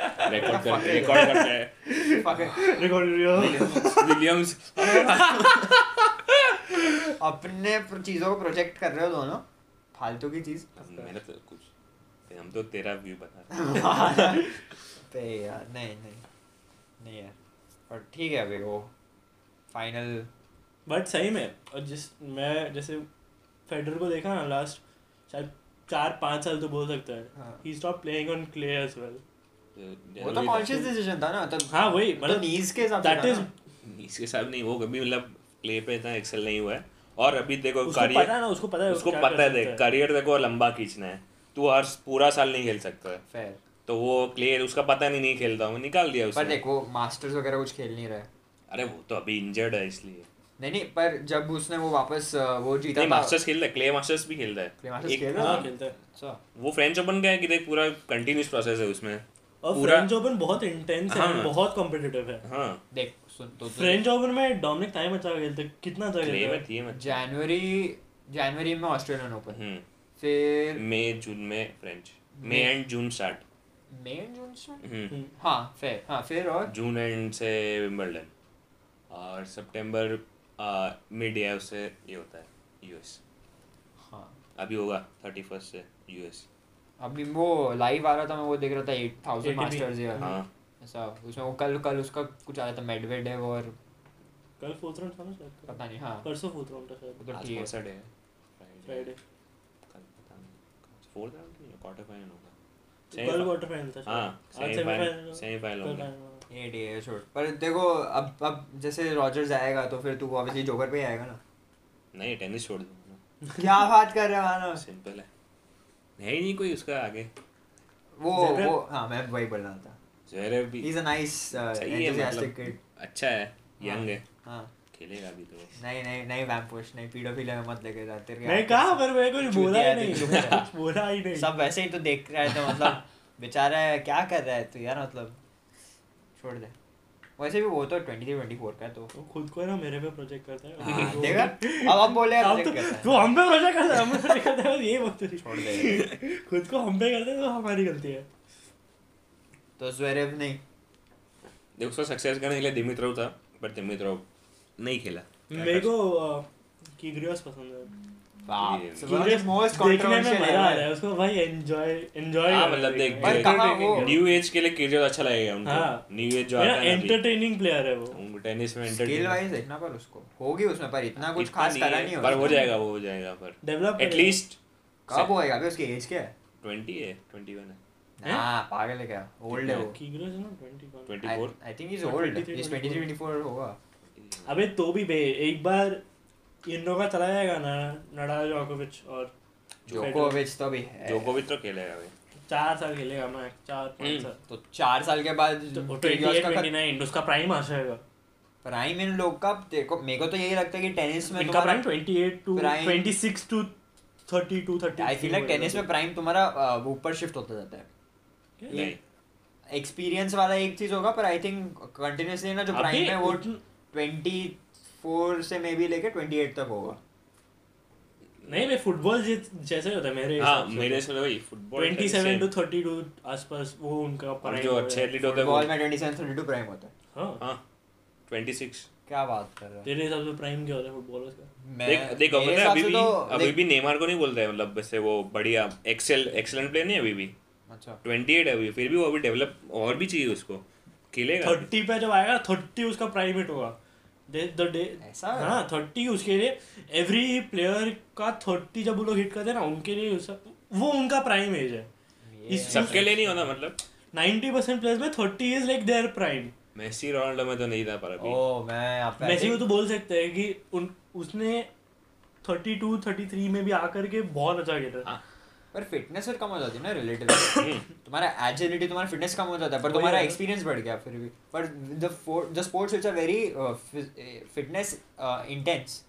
[SPEAKER 1] रिकॉर्ड करते रिकॉर्ड करते हैं
[SPEAKER 3] रिकॉर्ड
[SPEAKER 1] विलियम्स
[SPEAKER 2] अपने प्र- चीजों को प्रोजेक्ट कर रहे हो दोनों फालतू की चीज
[SPEAKER 1] मैंने तो कुछ हम तो तेरा व्यू बता रहे हैं।
[SPEAKER 2] पे यार तो नहीं नहीं नहीं यार पर ठीक है अभी वो फाइनल
[SPEAKER 3] बट सही में और जिस मैं जैसे फेडरर को देखा ना लास्ट शायद चार पाँच साल तो बोल सकता है
[SPEAKER 2] हाँ।
[SPEAKER 3] He stop playing on clay as well
[SPEAKER 1] तो
[SPEAKER 2] वो तो
[SPEAKER 1] जरूरी था।
[SPEAKER 2] कॉन्शियस डिसीजन था ना तो
[SPEAKER 3] हाँ वही
[SPEAKER 2] तो
[SPEAKER 3] मतलब
[SPEAKER 2] नीज के हिसाब से
[SPEAKER 3] दैट
[SPEAKER 2] था
[SPEAKER 3] इज
[SPEAKER 2] ना।
[SPEAKER 1] इसके साथ नहीं वो कभी मतलब प्ले पे इतना एक्सेल नहीं हुआ है और अभी देखो
[SPEAKER 3] उसको पता है
[SPEAKER 1] करियर
[SPEAKER 3] ना उसको पता है वो
[SPEAKER 1] उसको
[SPEAKER 3] क्या
[SPEAKER 1] पता
[SPEAKER 3] कर
[SPEAKER 1] है देख
[SPEAKER 3] सकता है।
[SPEAKER 1] करियर देखो लंबा खींचना है तू हर पूरा साल नहीं खेल सकता है
[SPEAKER 2] Fair.
[SPEAKER 1] तो वो क्ले उसका पता नहीं नहीं खेलता हूँ निकाल दिया
[SPEAKER 2] पर
[SPEAKER 1] उसने
[SPEAKER 2] देखो मास्टर्स वगैरह कुछ खेल नहीं रहा है
[SPEAKER 1] अरे वो तो अभी इंजर्ड है इसलिए
[SPEAKER 2] नहीं नहीं पर जब उसने वो वापस अ, वो जीता
[SPEAKER 1] नहीं
[SPEAKER 2] था
[SPEAKER 1] मास्टर्स खेलता है क्ले मास्टर्स भी खेलता
[SPEAKER 2] Clay
[SPEAKER 1] है
[SPEAKER 2] Masters
[SPEAKER 1] एक-
[SPEAKER 2] खेल रहा है?
[SPEAKER 3] हाँ
[SPEAKER 1] हाँ,
[SPEAKER 3] खेलता है
[SPEAKER 2] अच्छा
[SPEAKER 1] वो फ्रेंच ओपन का है कि देख पूरा कंटिन्यूस प्रोसेस है उसमें
[SPEAKER 3] और
[SPEAKER 1] पूरा
[SPEAKER 3] फ्रेंच ओपन बहुत इंटेंस है
[SPEAKER 1] हाँ।
[SPEAKER 3] बहुत कॉम्पिटिटिव है
[SPEAKER 1] हाँ
[SPEAKER 2] देख सुन तो
[SPEAKER 3] फ्रेंच ओपन में डोमिनिक टाइम अच्छा खेलता है कितना अच्छा
[SPEAKER 1] क्ले
[SPEAKER 3] खेलता
[SPEAKER 1] में
[SPEAKER 3] है
[SPEAKER 1] थी मैं
[SPEAKER 2] जनवरी जनवरी में ऑस्ट्रेलियन ओपन
[SPEAKER 1] हम्म
[SPEAKER 2] फिर
[SPEAKER 1] मई जून में French May and June start
[SPEAKER 2] May and June से
[SPEAKER 1] हम्म
[SPEAKER 3] हम्म।
[SPEAKER 2] हाँ फिर हाँ फिर और
[SPEAKER 1] जून एंड से विंबलडन और सितंबर मिड या उससे ये होता है यूएस
[SPEAKER 2] हाँ
[SPEAKER 1] अभी होगा थर्टी फर्स्ट से यूएस
[SPEAKER 2] अभी वो लाइव आ रहा था मैं वो देख रहा था एट थाउजेंड
[SPEAKER 3] ATP
[SPEAKER 2] मास्टर्स
[SPEAKER 1] हाँ
[SPEAKER 2] ऐसा उसमें वो कल कल उसका कुछ आ रहा था मेडवेडेव और
[SPEAKER 3] कल फोर्थ राउंड था ना शायद
[SPEAKER 2] पता नहीं हाँ
[SPEAKER 3] परसों फोर्थ राउंड था शायद
[SPEAKER 2] वो तो
[SPEAKER 1] आज
[SPEAKER 2] ठीक
[SPEAKER 1] कौन
[SPEAKER 2] है
[SPEAKER 1] सा डे है
[SPEAKER 3] फ्राइडे
[SPEAKER 1] कल पता नहीं फोर्थ राउंड नहीं क्वार्टर फाइनल होगा
[SPEAKER 3] कल
[SPEAKER 1] Semi-
[SPEAKER 3] क्वार्टर फाइनल था
[SPEAKER 1] हाँ
[SPEAKER 3] आज
[SPEAKER 1] सेमीफाइनल
[SPEAKER 3] semifinal-
[SPEAKER 1] सेमीफाइनल होगा
[SPEAKER 2] ये ठीक है छोड़ पर देखो अब अब जैसे रॉजर्स आएगा तो फिर तू ऑब्वियसली जोकर पे ही आएगा ना
[SPEAKER 1] नहीं टेनिस छोड़ दूंगा
[SPEAKER 2] क्या बात कर रहे हो हाँ मानव
[SPEAKER 1] सिंपल है है ही नहीं कोई उसका आगे
[SPEAKER 2] वो
[SPEAKER 3] Zverev?
[SPEAKER 2] वो हाँ मैं वही बोल रहा था
[SPEAKER 1] जवेरेव भी
[SPEAKER 2] ही इज अ नाइस
[SPEAKER 1] सही है
[SPEAKER 2] एंथुसियास्टिक किड
[SPEAKER 1] मतलब अच्छा है यंग है
[SPEAKER 2] uh, हाँ
[SPEAKER 1] खेलेगा भी तो
[SPEAKER 2] नहीं नहीं नहीं वैम्पुश नहीं पीडोफिलिया में मत लेके जा तेरे
[SPEAKER 3] मैं
[SPEAKER 2] आगे
[SPEAKER 3] कहा पर मैं कुछ
[SPEAKER 2] चूतिया
[SPEAKER 3] बोला ही
[SPEAKER 2] है,
[SPEAKER 3] नहीं
[SPEAKER 2] तुम चूतिया है।
[SPEAKER 3] कुछ बोला ही नहीं
[SPEAKER 2] सब वैसे ही तो देख रहा है तो मतलब बेचारा है क्या कर रहा है तू यार मतलब छोड़ दे वैसे भी वो तो 23 24 का है तो
[SPEAKER 3] वो खुद को है ना मेरे पे प्रोजेक्ट करता है
[SPEAKER 2] हाँ, देखा अब हम बोले
[SPEAKER 3] अब तो तू हम पे प्रोजेक्ट करता है हम पे नहीं करता है बस ये बोलते रही।
[SPEAKER 2] छोड़ दे
[SPEAKER 3] खुद को हम पे करता है तो हमारी गलती है
[SPEAKER 2] तो ज्वेरेव नहीं
[SPEAKER 1] देख उसको सक्सेस करने के लिए दिमित्रव था पर दिमित्रव नहीं खेला क्या
[SPEAKER 3] मेरे
[SPEAKER 1] कर
[SPEAKER 3] को किग्रियोस पसंद
[SPEAKER 2] तो
[SPEAKER 3] है
[SPEAKER 1] ये-
[SPEAKER 2] बाप
[SPEAKER 3] Kyrgios
[SPEAKER 2] मोस्ट
[SPEAKER 3] देखने में मजा आ रहा है
[SPEAKER 2] कंट्रोवर्शियल
[SPEAKER 3] उसको भाई एंजॉय एंजॉय
[SPEAKER 1] हाँ, मतलब देख,
[SPEAKER 2] पर कहाँ वो-
[SPEAKER 1] न्यू एज के लिए किरियो अच्छा लगेगा
[SPEAKER 3] हाँ।
[SPEAKER 1] उनको न्यू एज जो आता है ना
[SPEAKER 3] एंटरटेनिंग प्लेयर है वो
[SPEAKER 1] अभी, टेनिस में
[SPEAKER 2] स्किल
[SPEAKER 1] entertainment-
[SPEAKER 2] वाइज देखना पर उसको होगी उसमें पर इतना कुछ
[SPEAKER 1] इतना
[SPEAKER 2] खास
[SPEAKER 1] नहीं
[SPEAKER 2] करा
[SPEAKER 1] है,
[SPEAKER 2] नहीं
[SPEAKER 1] पर हो
[SPEAKER 2] उसने।
[SPEAKER 1] जाएगा वो हो जाएगा पर
[SPEAKER 3] डेवलप
[SPEAKER 1] एटलीस्ट
[SPEAKER 2] कब होएगा अभी उसकी एज क्या है
[SPEAKER 1] ट्वेंटी है ट्वेंटी वन है
[SPEAKER 3] हैं?
[SPEAKER 2] हाँ पागल है क्या ओल्ड है वो
[SPEAKER 3] किग्रियोस ना 21
[SPEAKER 1] twenty four
[SPEAKER 2] I think is old
[SPEAKER 3] 23,
[SPEAKER 2] is 23 24 होगा
[SPEAKER 3] अबे तो भी बे एक बार इन लोग का चला जाएगा ना नडाल जोकोविच और
[SPEAKER 2] जोकोविच तो अभी है
[SPEAKER 1] जोकोविच तो खेलेगा भाई
[SPEAKER 3] चार साल खेलेगा मैं चार पाँच
[SPEAKER 1] हम्म।
[SPEAKER 3] साल
[SPEAKER 2] तो चार साल के बाद
[SPEAKER 3] तो
[SPEAKER 2] किर्गियोस का
[SPEAKER 3] 28 29 उसका प्राइम आ जाएगा
[SPEAKER 2] प्राइम इन लोग का देखो मेरे को तो यही लगता है कि टेनिस में
[SPEAKER 3] इनका प्राइम
[SPEAKER 2] तुम्हारा
[SPEAKER 3] 28 to
[SPEAKER 2] Prime-
[SPEAKER 3] 26 to 32 33
[SPEAKER 2] I feel like tennis में प्राइम तुम्हारा अ, वो ऊपर शिफ्ट होता जाता है
[SPEAKER 1] नहीं
[SPEAKER 2] एक्सपीरियंस वाला एक चीज होगा पर आई थिंक कंटिन्यूअसली ना जो
[SPEAKER 3] अभी
[SPEAKER 2] प्राइम है वो
[SPEAKER 3] उतन-
[SPEAKER 2] 24 से मे बी लेके 28 तक होगा
[SPEAKER 3] नहीं मैं फुटबॉल जैसे होता है मेरे
[SPEAKER 1] हाँ
[SPEAKER 3] हिसाब से
[SPEAKER 1] मेरे
[SPEAKER 3] तो।
[SPEAKER 1] से तो वही फुटबॉल
[SPEAKER 3] 27 टू 32 आसपास वो उनका प्राइम
[SPEAKER 1] जो अच्छे एथलीट होते हैं
[SPEAKER 2] बॉल
[SPEAKER 1] वो
[SPEAKER 2] में 27 32 प्राइम होता है
[SPEAKER 3] हां
[SPEAKER 1] हाँ ट्वेंटी सिक्स
[SPEAKER 2] क्या बात कर रहे
[SPEAKER 3] तेरे हिसाब से प्राइम क्या होता है फुटबॉलर्स का
[SPEAKER 2] हो
[SPEAKER 1] देख
[SPEAKER 2] मैं-
[SPEAKER 1] देख अब
[SPEAKER 2] मेरे
[SPEAKER 1] पता है
[SPEAKER 2] हिसाब
[SPEAKER 1] अभी
[SPEAKER 2] से
[SPEAKER 1] भी
[SPEAKER 2] तो-
[SPEAKER 1] अभी
[SPEAKER 2] देख-
[SPEAKER 1] भी नेमार को नहीं बोलते हैं मतलब वैसे वो बढ़िया एक्सेल एक्सेलेंट प्लेयर नहीं है अभी भी
[SPEAKER 2] अच्छा
[SPEAKER 1] ट्वेंटी एट अभी फिर भी वो अभी डेवलप और भी चाहिए उसको खेलेगा
[SPEAKER 3] 30 पे जब आएगा 30 उसका प्राइम हिट होगा द डे
[SPEAKER 2] ऐसा है?
[SPEAKER 3] हाँ 30 उसके लिए एवरी प्लेयर का 30 जब वो लोग हिट करते हैं ना उनके लिए उस- वो उनका प्राइम एज है
[SPEAKER 2] ये
[SPEAKER 3] इस
[SPEAKER 1] सबके लिए नहीं होता मतलब
[SPEAKER 3] 90 परसेंट प्लेयर्स में 30 is like their prime
[SPEAKER 1] Messi Ronaldo में तो नहीं था पर अभी
[SPEAKER 2] ओ मैं आप
[SPEAKER 3] मेसी को तो बोल सकते हैं कि उन उसने 32 33 में भी आकर के बहुत अच्छा खेला
[SPEAKER 1] हाँ,
[SPEAKER 2] पर फिटनेस फिर कम हो जाती है ना
[SPEAKER 1] हम्म।
[SPEAKER 2] रिलेटिवली तुम्हारा एजिलिटी तुम्हारा फिटनेस कम हो जाता है पर
[SPEAKER 3] वही
[SPEAKER 2] तुम्हारा
[SPEAKER 3] है।
[SPEAKER 2] एक्सपीरियंस बढ़ गया फिर भी पर the the sports which are uh, very fitness intense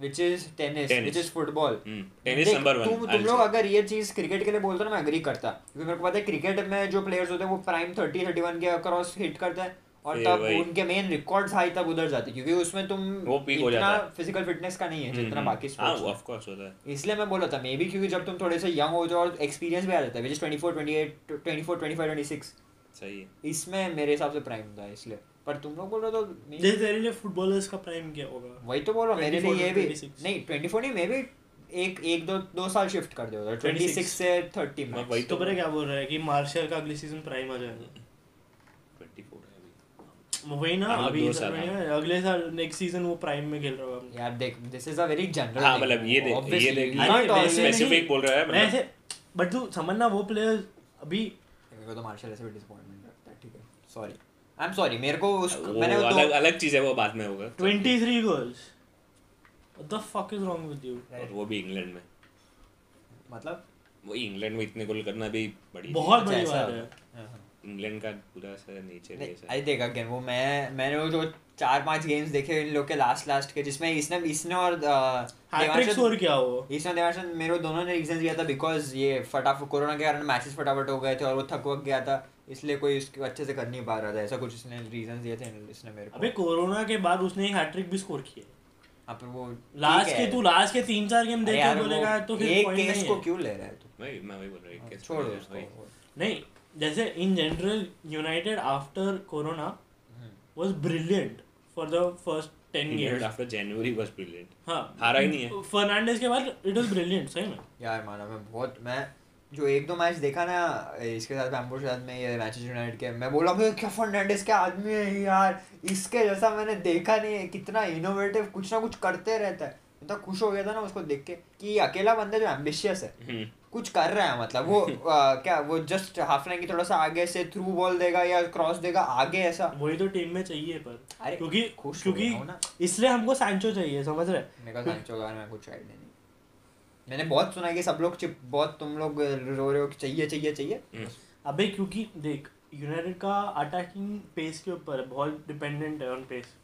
[SPEAKER 2] which is tennis
[SPEAKER 1] Tennis. Hmm,
[SPEAKER 2] which is football
[SPEAKER 1] tennis number
[SPEAKER 2] तुम
[SPEAKER 1] वन
[SPEAKER 2] तुम लोग अगर ये चीज क्रिकेट के लिए बोलते ना मैं एग्री करता क्योंकि मेरे को पता है क्रिकेट में जो प्लेयर्स होते हैं वो प्राइम 30 31 के अक्रॉस हिट करते हैं और
[SPEAKER 1] फिर
[SPEAKER 2] तब
[SPEAKER 1] वही।
[SPEAKER 2] उनके मेन रिकॉर्ड्स हाई तक उधर जाते हैं, क्योंकि उसमें तुम
[SPEAKER 1] वो peak हो
[SPEAKER 2] इतना
[SPEAKER 1] जाता है। हम्म, हाँ,
[SPEAKER 2] फिजिकल फिटनेस का नहीं है जितना बाकी स्पोर्ट्स
[SPEAKER 1] ऑफ कोर्स होता है
[SPEAKER 2] इसलिए मैं बोला था मे बी क्योंकि जब तुम थोड़े से यंग हो जाओ और एक्सपीरियंस भी आ जाता है विच इज 24 28 24 25 26
[SPEAKER 1] सही है
[SPEAKER 2] इसमें मेरे हिसाब से प्राइम था इसलिए पर तुम लोग बोल रहे हो तो मे-
[SPEAKER 3] जैसे तेरे लिए फुटबॉलर्स का प्राइम क्या होगा
[SPEAKER 2] वही तो बोल रहा हूँ मेरे लिए
[SPEAKER 3] 24
[SPEAKER 2] ये भी
[SPEAKER 3] 26
[SPEAKER 2] नहीं 24 नहीं मे भी एक एक दो दो साल शिफ्ट कर दो 26
[SPEAKER 3] 26
[SPEAKER 2] से 30
[SPEAKER 1] मैं
[SPEAKER 2] में
[SPEAKER 1] हाँ, वही
[SPEAKER 3] तो पता है क्या बोल रहा है कि मार्शल का अगले सीजन प्राइम आ जाएगा
[SPEAKER 1] ट्वेंटी फोर है अभी
[SPEAKER 3] वही ना
[SPEAKER 1] हाँ,
[SPEAKER 3] अभी
[SPEAKER 1] दो
[SPEAKER 3] इस
[SPEAKER 1] साल,
[SPEAKER 3] समय है, अगले साल नेक्स्ट सीजन वो प्राइम में खेल रहा होगा
[SPEAKER 2] यार देख this is a very general
[SPEAKER 1] हाँ, मतलब ये देख- ये देख-
[SPEAKER 3] अरे, वैसे हाँ, नहीं,
[SPEAKER 1] specific बोल रहा है,
[SPEAKER 3] मैं
[SPEAKER 1] मतलब-
[SPEAKER 3] ऐसे बट तू समझना वो प्लेयर अभी
[SPEAKER 2] मेरे को तो मार्शल ऐसे भी डिसअपॉइंटमेंट लगता है ठीक है सॉरी आई एम सॉरी मेरे को उस
[SPEAKER 1] वो
[SPEAKER 2] मैंने तो वो
[SPEAKER 1] अलग
[SPEAKER 2] दो-
[SPEAKER 1] अलग चीज है वो बाद में होगा
[SPEAKER 3] 23 goals what the fuck is wrong with you
[SPEAKER 1] और वो भी इंग्लैंड में
[SPEAKER 2] मतलब
[SPEAKER 1] वो इंग्लैंड में इतने गोल करना भी बड़ी
[SPEAKER 3] बहुत
[SPEAKER 2] अच्छा,
[SPEAKER 3] बड़ी
[SPEAKER 2] ऐसा
[SPEAKER 3] बात
[SPEAKER 2] होगा।
[SPEAKER 3] है
[SPEAKER 2] हाँ, हाँ।
[SPEAKER 1] इंग्लैंड का पूरा सा नेचर है ऐसा
[SPEAKER 2] अरे देख अगेन वो मैं मैंने वो जो चार पांच गेम्स देखे इन लोग के लास्ट लास्ट के जिसमें इसने इसने और अ,
[SPEAKER 3] हैट्रिक स्कोर
[SPEAKER 2] देवांशन
[SPEAKER 3] क्या वो
[SPEAKER 2] इसने और देवांशन मेरे को दोनों ने रीजन दिया था बिकॉज ये फटाफट कोरोना के कारण मैचेस फटाफट हो गए थे और वो थक वक गया था इसलिए कोई उसको अच्छे से कर नहीं पा रहा था ऐसा कुछ इसने रीजन दिए थे इन- इसने मेरे को
[SPEAKER 3] अबे कोरोना के बाद उसने एक हैट्रिक भी स्कोर किया
[SPEAKER 2] हाँ, पर वो
[SPEAKER 3] लास्ट
[SPEAKER 2] ठीक
[SPEAKER 3] के
[SPEAKER 2] है।
[SPEAKER 3] तू लास्ट के तीन चार गेम
[SPEAKER 2] अरे
[SPEAKER 3] देख
[SPEAKER 2] यार,
[SPEAKER 3] के
[SPEAKER 2] वो
[SPEAKER 3] बोलेगा तो फिर
[SPEAKER 2] एक
[SPEAKER 3] point
[SPEAKER 2] केस
[SPEAKER 3] नहीं
[SPEAKER 2] को
[SPEAKER 3] है।
[SPEAKER 2] क्यों ले रहा है तू हाँ,
[SPEAKER 1] मैं मैं वही बोल रहा हूँ
[SPEAKER 2] छोड़ दो उसको
[SPEAKER 1] वही
[SPEAKER 3] नहीं जैसे in general United after Corona
[SPEAKER 2] hmm.
[SPEAKER 3] Was brilliant for the first 10
[SPEAKER 1] England
[SPEAKER 3] games
[SPEAKER 1] after January was brilliant
[SPEAKER 3] हां
[SPEAKER 1] हारा ही नहीं है
[SPEAKER 3] फर्नांडिस हाँ, के बाद इट वाज ब्रिलियंट सही में
[SPEAKER 2] यार माना मैं बहुत मैं जो एक दो मैच देखा ना इसके साथ बैंपोर के साथ में ये मैचेस यूनाइटेड के मैं बोला मैं क्या फर्नांडिस क्या आदमी है ये यार इसके जैसा मैंने देखा नहीं है कितना इनोवेटिव कुछ ना कुछ करते रहता है इतना खुश हो गया था ना उसको देख के कि ये अकेला बंदा जो एम्बिशियस है
[SPEAKER 1] हम्म।
[SPEAKER 2] कुछ कर रहा है मतलब वो आ, क्या वो जस्ट हाफ लाइन की थोड़ा सा आगे से थ्रू बॉल देगा या क्रॉस देगा आगे ऐसा
[SPEAKER 3] वही तो टीम में चाहिए पर
[SPEAKER 2] अरे,
[SPEAKER 3] क्योंकि
[SPEAKER 2] खुश हो गया हूं ना।
[SPEAKER 3] क्योंकि इसलिए हमको सैंचो चाहिए समझ रहे
[SPEAKER 2] मेरे को सांचो के बारे में कुछ आइडिया नहीं मैंने बहुत सुना है कि सब लोग चिप बहुत तुम लोग रो रहे हो कि चाहिए चाहिए चाहिए
[SPEAKER 3] अबे क्योंकि देख यूनाइटेड का अटैकिंग पेस के ऊपर है, बहुत डिपेंडेंट है ऑन पेस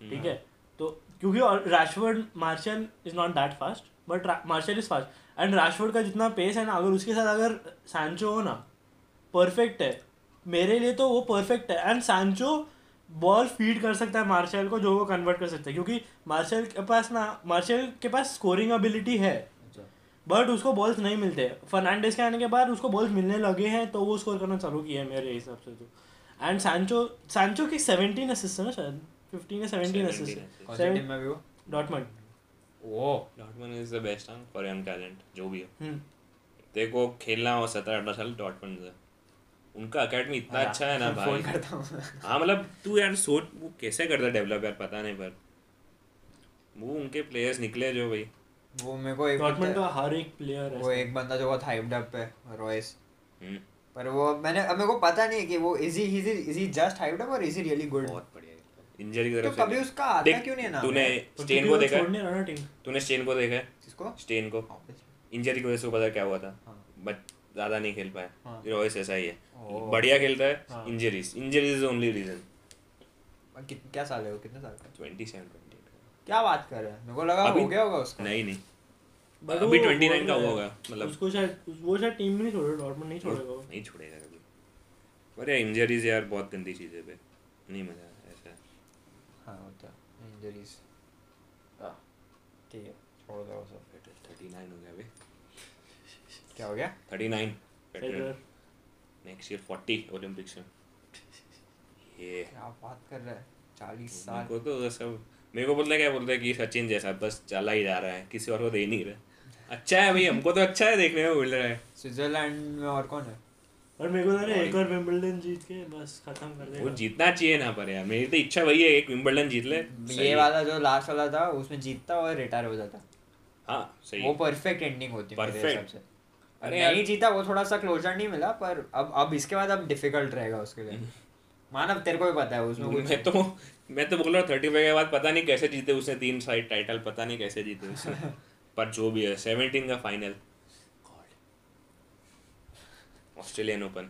[SPEAKER 3] ठीक है तो क्योंकि और Rashford Martial is not that fast but Martial is fast and Rashford का जितना पेस है ना अगर उसके साथ अगर सैंचो हो ना परफेक्ट है मेरे लिए तो वो परफेक्ट है एंड सैंचो बॉल फीड कर सकता है मार्शल को जो वो कन्वर्ट कर सकता है क्योंकि मार्शल के पास ना मार्शल के पास स्कोरिंग एबिलिटी है
[SPEAKER 2] अच्छा
[SPEAKER 3] बट उसको बॉल्स नहीं मिलते फर्नांडिस के आने के बाद उसको बॉल्स मिलने लगे हैं तो वो स्कोर करना चालू किया है मेरे हिसाब से तो एंड सैंचो सैंचो के 17 असिस्ट है ना शायद 15 या 17 असिस्ट
[SPEAKER 2] कौन
[SPEAKER 3] है
[SPEAKER 2] सी टीम में भी वो
[SPEAKER 3] डॉटमंड
[SPEAKER 2] ओ
[SPEAKER 1] डॉटमन is the best on Korean talent जो भी है
[SPEAKER 3] हम्म
[SPEAKER 1] देखो खेलना हो सत्रह अठारह साल डॉटमन से उनका अकेडमी इतना अच्छा है ना भाई
[SPEAKER 2] फोन करता हूँ
[SPEAKER 1] हाँ मतलब तू यार सोच वो कैसे करता डेवलप यार पता नहीं पर वो उनके प्लेयर्स निकले जो भाई
[SPEAKER 2] वो मेरे को एक
[SPEAKER 3] डॉटमंड
[SPEAKER 1] तो
[SPEAKER 2] बंदा-
[SPEAKER 3] का हर एक प्लेयर
[SPEAKER 2] वो
[SPEAKER 3] है
[SPEAKER 2] एक बंदा जो बहुत हाइप्ड अप है रॉयस
[SPEAKER 1] हम्म,
[SPEAKER 2] पर वो मैंने अब मेरे को पता नहीं है कि वो is he is he just hyped up और इज ही रियली गुड
[SPEAKER 1] बहुत बढ़िया इंजरी की
[SPEAKER 2] तो
[SPEAKER 1] तरफ से-
[SPEAKER 2] कभी उसका आता
[SPEAKER 1] देख,
[SPEAKER 2] क्यों नहीं है नाम
[SPEAKER 1] तूने
[SPEAKER 2] यार?
[SPEAKER 1] स्टेन को देखा है?
[SPEAKER 3] छोड़ने वाला टीम
[SPEAKER 1] तूने स्टेन को देखा है
[SPEAKER 2] किसको
[SPEAKER 1] स्टेन को
[SPEAKER 3] हाँ।
[SPEAKER 1] इंजरी की वजह से वो पता क्या हुआ था
[SPEAKER 2] हाँ।
[SPEAKER 1] बट ज्यादा नहीं खेल पाया
[SPEAKER 2] हाँ।
[SPEAKER 1] रोहित ऐसा ही है
[SPEAKER 2] ओह।
[SPEAKER 1] बढ़िया खेलता है
[SPEAKER 3] हाँ।
[SPEAKER 1] Injuries injuries is only reason
[SPEAKER 2] और कित- क्या साल है वो कितने साल का है?
[SPEAKER 1] 27
[SPEAKER 2] क्या बात कर रहे हैं मेरे को लगा
[SPEAKER 1] अभी-
[SPEAKER 2] हो गया होगा उसका
[SPEAKER 1] नहीं नहीं
[SPEAKER 3] But
[SPEAKER 1] अभी
[SPEAKER 3] वो-
[SPEAKER 1] 29 का
[SPEAKER 3] वो-
[SPEAKER 1] हुआ होगा, मतलब-
[SPEAKER 3] उसको शायद वो शायद टीम में नहीं छोड़ेगा डॉटमंड नहीं छोड़ेगा वो।
[SPEAKER 1] नहीं छोड़ेगा कभी पर यार इंजरीज यार बहुत गंदी चीज़ है बे नहीं मजा आता ऐसा
[SPEAKER 2] हाँ होता इंजरीज
[SPEAKER 1] हाँ।
[SPEAKER 2] ठीक है छोड़ दो वो सब
[SPEAKER 1] थर्टी नाइन हो गया बे
[SPEAKER 2] क्या हो गया
[SPEAKER 1] thirty nine
[SPEAKER 3] Federer।
[SPEAKER 1] Next year forty Olympics में ये
[SPEAKER 2] क्या बात कर रहे हैं चालीस
[SPEAKER 1] मेरे
[SPEAKER 2] साल
[SPEAKER 1] को तो वो सब मेरे को बोलते हैं क्या बोलते हैं कि सचिन जैसा बस चला ही जा रहा है किसी और को दे ही नहीं रहा अच्छा है भाई हमको तो अच्छा है देखने में बोल रहा है
[SPEAKER 2] स्विट्जरलैंड में और कौन है
[SPEAKER 3] और मेरे को लग रहा है एक
[SPEAKER 1] और-
[SPEAKER 3] और विंबलडन जीत के बस खत्म कर
[SPEAKER 1] वो
[SPEAKER 3] देगा
[SPEAKER 1] जीतना चाहिए ना पर यार मेरी तो इच्छा वही है एक विंबलडन जीत ले सही
[SPEAKER 2] ये
[SPEAKER 1] है।
[SPEAKER 2] वाला जो लास्ट वाला था उसमें जीतता और रिटायर हो जाता
[SPEAKER 1] हाँ सही
[SPEAKER 2] वो
[SPEAKER 1] है।
[SPEAKER 2] परफेक्ट एंडिंग होती है मेरे
[SPEAKER 1] Perfect.
[SPEAKER 2] हिसाब से
[SPEAKER 1] अरे
[SPEAKER 2] नहीं
[SPEAKER 1] यार-
[SPEAKER 2] जीता वो थोड़ा सा क्लोजर नहीं मिला पर अब अब इसके बाद अब डिफिकल्ट रहेगा उसके लिए मानव तेरे को भी पता है उसमें कुछ
[SPEAKER 1] मैं तो मैं तो बोल रहा हूँ थर्टी फाइव के बाद पता नहीं कैसे जीते उसने तीन साइड टाइटल पता नहीं कैसे जीते उसने पर जो भी है सेवनटीन का फाइनल ऑस्ट्रेलियन ओपन